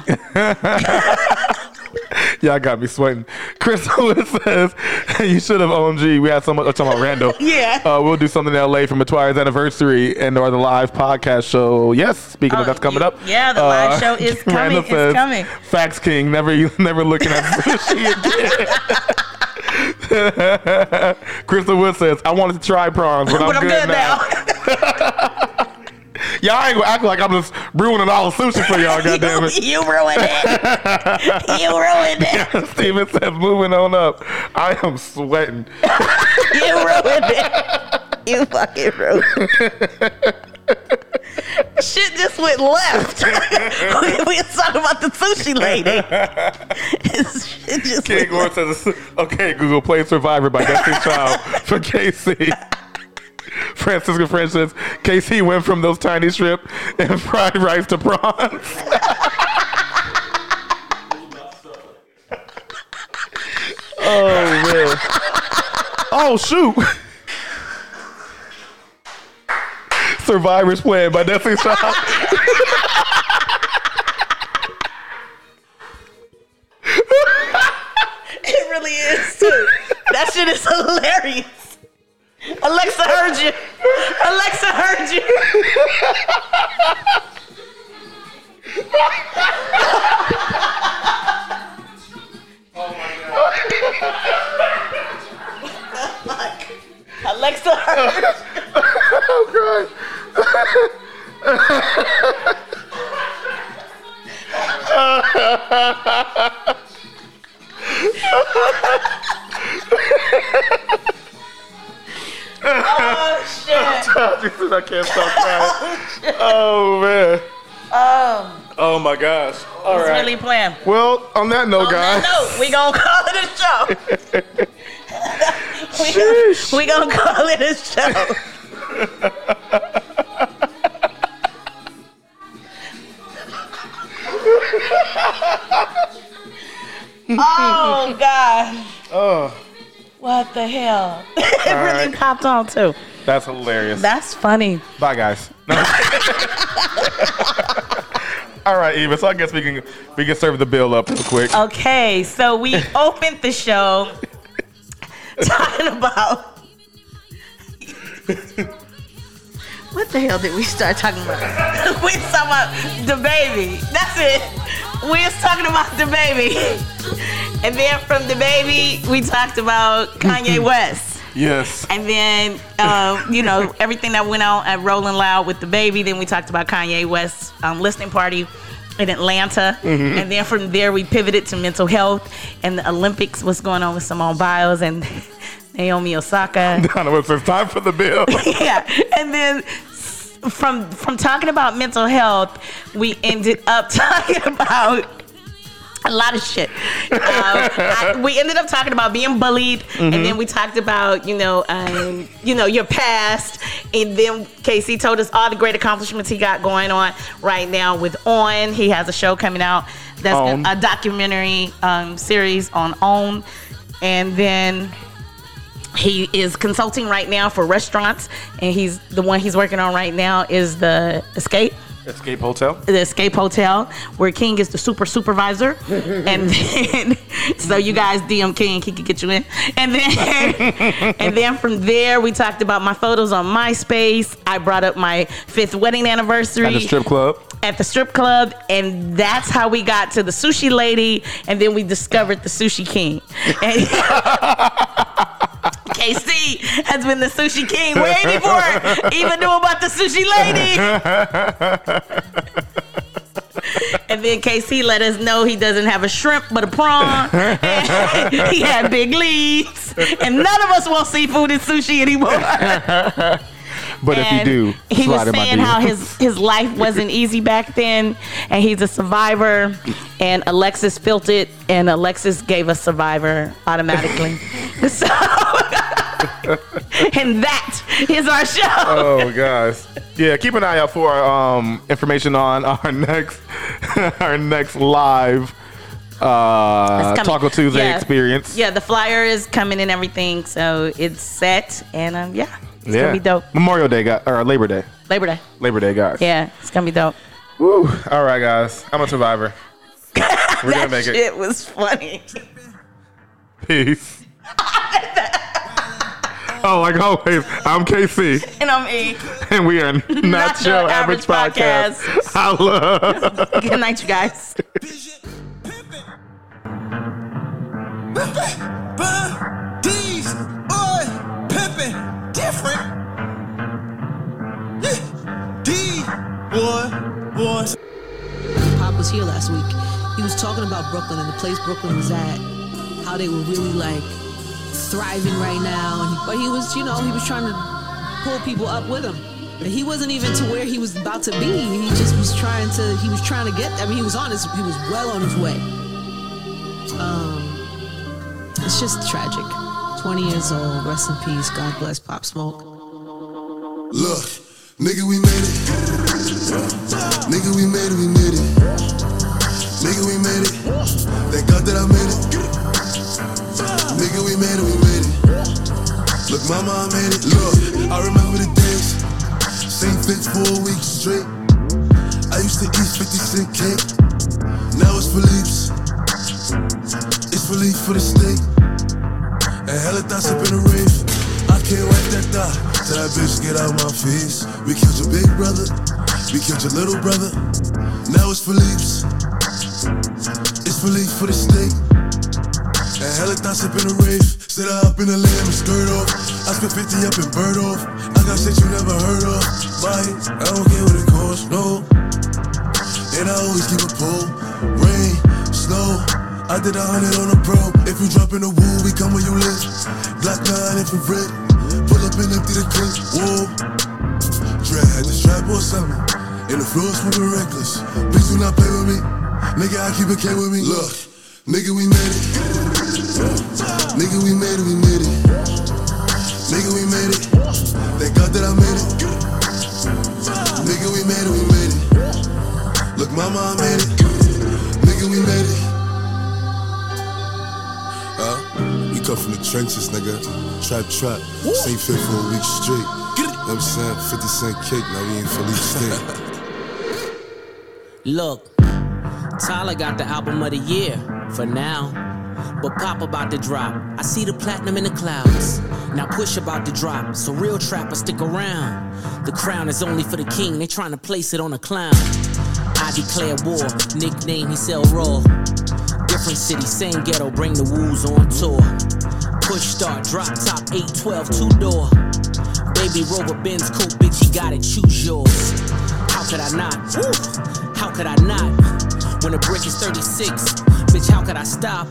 Speaker 2: Y'all got me sweating. Chris Lewis <laughs> says, You should have OMG. We had so much. I'm talking about Randall.
Speaker 3: Yeah.
Speaker 2: Uh, we'll do something in LA for Matwire's anniversary and or the live podcast show. Yes, speaking
Speaker 3: Oh,
Speaker 2: of that's coming
Speaker 3: you-
Speaker 2: up. Uh,
Speaker 3: yeah, the live show
Speaker 2: <laughs>
Speaker 3: is coming,
Speaker 2: Randall
Speaker 3: it's coming.
Speaker 2: Facts King, never <laughs> never looking at sushi again. <laughs> Crystal Wood says, "I wanted to try prawns, but,
Speaker 3: <laughs> <laughs> but
Speaker 2: I'm, good, now. Y'all ain't gonna act like I'm just ruining all the sushi for
Speaker 3: <laughs>
Speaker 2: y'all. Oh, goddamn it.
Speaker 3: you, you ruined it.
Speaker 2: <laughs>
Speaker 3: You ruined it.
Speaker 2: Steven says, "Moving on up. I am sweating."
Speaker 3: You ruined it. You fucking ruined it. Shit just went left. <laughs> we, we was talking about the sushi lady. Shit just
Speaker 2: King
Speaker 3: went
Speaker 2: Gore says, okay, Google, play Survivor by Destiny Child <laughs> for KC. Francisco French says, KC went from those tiny strip and <laughs> fried rice to prawns. <laughs> oh, man. Oh, shoot. Survivor's Plan by Destiny Child.
Speaker 3: It really is too. That shit is hilarious. Alexa heard you. Alexa heard you. Oh my god. Alexa heard. Oh shit.
Speaker 2: I can't stop crying. Oh, man.
Speaker 3: Oh,
Speaker 2: Oh, my gosh. All
Speaker 3: it's
Speaker 2: right.
Speaker 3: really playing.
Speaker 2: Well, on that note,
Speaker 3: On
Speaker 2: guys.
Speaker 3: that note, we gonna call it a show.
Speaker 2: Sheesh.
Speaker 3: we, we gonna call it a show. oh God!
Speaker 2: Oh,
Speaker 3: What the hell? <laughs> it really
Speaker 2: right.
Speaker 3: popped on too.
Speaker 2: that's hilarious.
Speaker 3: That's funny.
Speaker 2: Bye, guys. No. <laughs> All right, Eva. So I guess we can we can serve the bill up real quick.
Speaker 3: Um, Okay, so we opened the show talking about. what the hell did we start talking about? <laughs> we was talking about the baby. That's it. We was talking about the baby. And then from the baby, we talked about Kanye West.
Speaker 2: Yes.
Speaker 3: And then, uh, you know, everything that went on at Rolling Loud with the baby. Then we talked about Kanye West's um, listening party in Atlanta. And then from there, we pivoted to mental health and the Olympics, what's going on with Simone Biles and <laughs> Naomi Osaka.
Speaker 2: I know it's it's time for the bill.
Speaker 3: <laughs> yeah. And then s- from from talking about mental health, we ended up <laughs> talking about a lot of shit. Um, I- we ended up talking about being bullied, and then we talked about you know um, you know your past, and then Casey told us all the great accomplishments he got going on right now with On. He has a show coming out that's
Speaker 2: Own.
Speaker 3: a documentary um, series on On, and then. He is consulting right now for restaurants, and he's the one he's working on right now is the escape
Speaker 2: Escape Hotel.
Speaker 3: the Escape Hotel, where King is the super supervisor. and then, <laughs> so you guys DM King, he could get you in. And then, <laughs> and then from there, we talked about my photos on MySpace. I brought up my fifth wedding anniversary
Speaker 2: At the strip club.
Speaker 3: at the strip club, and that's how we got to the sushi lady, and then we discovered the sushi king. And- <laughs> KC has been the sushi king way before even knew about the sushi lady. And then KC let us know he doesn't have a shrimp but a prawn. <laughs> And he had big leaves. And none of us want seafood and sushi anymore.
Speaker 2: But if you
Speaker 3: And
Speaker 2: do,
Speaker 3: he was
Speaker 2: slide in my
Speaker 3: saying how
Speaker 2: DM.
Speaker 3: his his life wasn't easy back then, and he's a survivor. And Alexis built it, and Alexis gave us Survivor
Speaker 2: <laughs>
Speaker 3: automatically. <laughs> so, and that is our show.
Speaker 2: Oh gosh. Yeah, keep an eye out for um, information on <laughs> our next our next live uh,
Speaker 3: It's coming.
Speaker 2: Taco Tuesday
Speaker 3: Yeah.
Speaker 2: experience.
Speaker 3: Yeah, the flyer is coming and everything, so it's set, and um, yeah, it's gonna be dope.
Speaker 2: Memorial Day, guy, or Labor Day.
Speaker 3: Labor Day.
Speaker 2: Labor Day, guys.
Speaker 3: Yeah, it's gonna be dope.
Speaker 2: Woo. All right, guys. I'm a survivor. We're gonna
Speaker 3: <laughs> That
Speaker 2: make it.
Speaker 3: shit was funny. <laughs>
Speaker 2: Peace. oh, like always, I'm KC.
Speaker 3: And I'm E.
Speaker 2: and we are not,
Speaker 3: Not
Speaker 2: your, average, podcast. I love.
Speaker 3: Good night, you guys.
Speaker 9: D's on pimpin' different. Yeah. D one one.
Speaker 10: Pop was here last week. He was talking about Brooklyn and the place Brooklyn was at, how they were really like thriving right now. And, but he was, you know, he was trying to pull people up with him. But he wasn't even to where he was about to be. He just was trying to. He was trying to get. I mean, he was on his. He was well on his way. Um, it's just tragic. 20 years old. Rest in peace. God bless Pop Smoke.
Speaker 9: Look, nigga, we made it. Nigga, we made it, we made it. Nigga, we made it. Thank God that I made it. Nigga, we made it, we made it. Look, mama, I made it. Look, I remember the days. Same bitch for a week straight. I used to eat 50 cent cake. Now it's Philippe's. It's Philippe for the steak. And hella thoughts up in the rave. I can't wipe that thought. Tell that bitch get out my face. We killed your big brother. We killed your little brother. Now it's Philippe's. It's Philippe for the steak. And hella thoughts up in the rave. Sit up in the lamb and skirt off. I spent 50 up in bird off. I got shit you never heard of. Mike, I don't care what it costs, no. And I always keep a pole. Rain, snow. I did a hundred on a pro. If you drop in the woo, we come when you live. Black nine infrared. Pull up and empty the clip. Whoa. Dread had the strap or something. And the floor's moving reckless. Please do not play with me. Nigga, I keep it K with me. Look, nigga, we made it. Nigga, we made it, we made it. Nigga, we made it. Thank God that I made it. Nigga, we made it, we made it. Look, mama, I made it. Nigga, we made it. Huh? We come from the trenches, nigga. Trap, trap. Same fit for a week straight. You know what I'm saying? 50 cent cake, now we ain't Philly State.
Speaker 8: Look, Tyler got the album of the year for now. But Pop about to drop. I see the platinum in the clouds. Now push about to drop. So real trappers stick around. The crown is only for the king. They trying to place it on a clown. I declare war. Nickname he sell raw. Different city, same ghetto. Bring the woos on tour. Push start, drop top, 812, two door. Baby Rover Benz coupe, bitch, you gotta choose yours. How could I not? Woo! How could I not? When a brick is 36, bitch, how could I stop?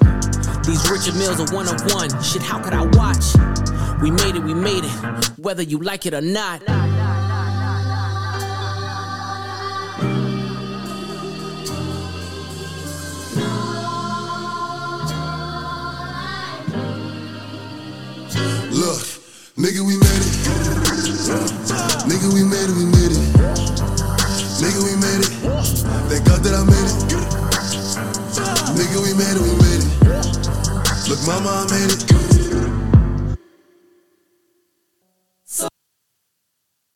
Speaker 8: These Richard Mills are one of one. Shit, how could I watch? We made it, we made it, whether you like it or not.
Speaker 9: Look, nigga, we made it. Nigga, we made it, we made it. Nigga, we made it. Thank God that I made it. Nigga, we made it, we made it. Look, mama, I made it.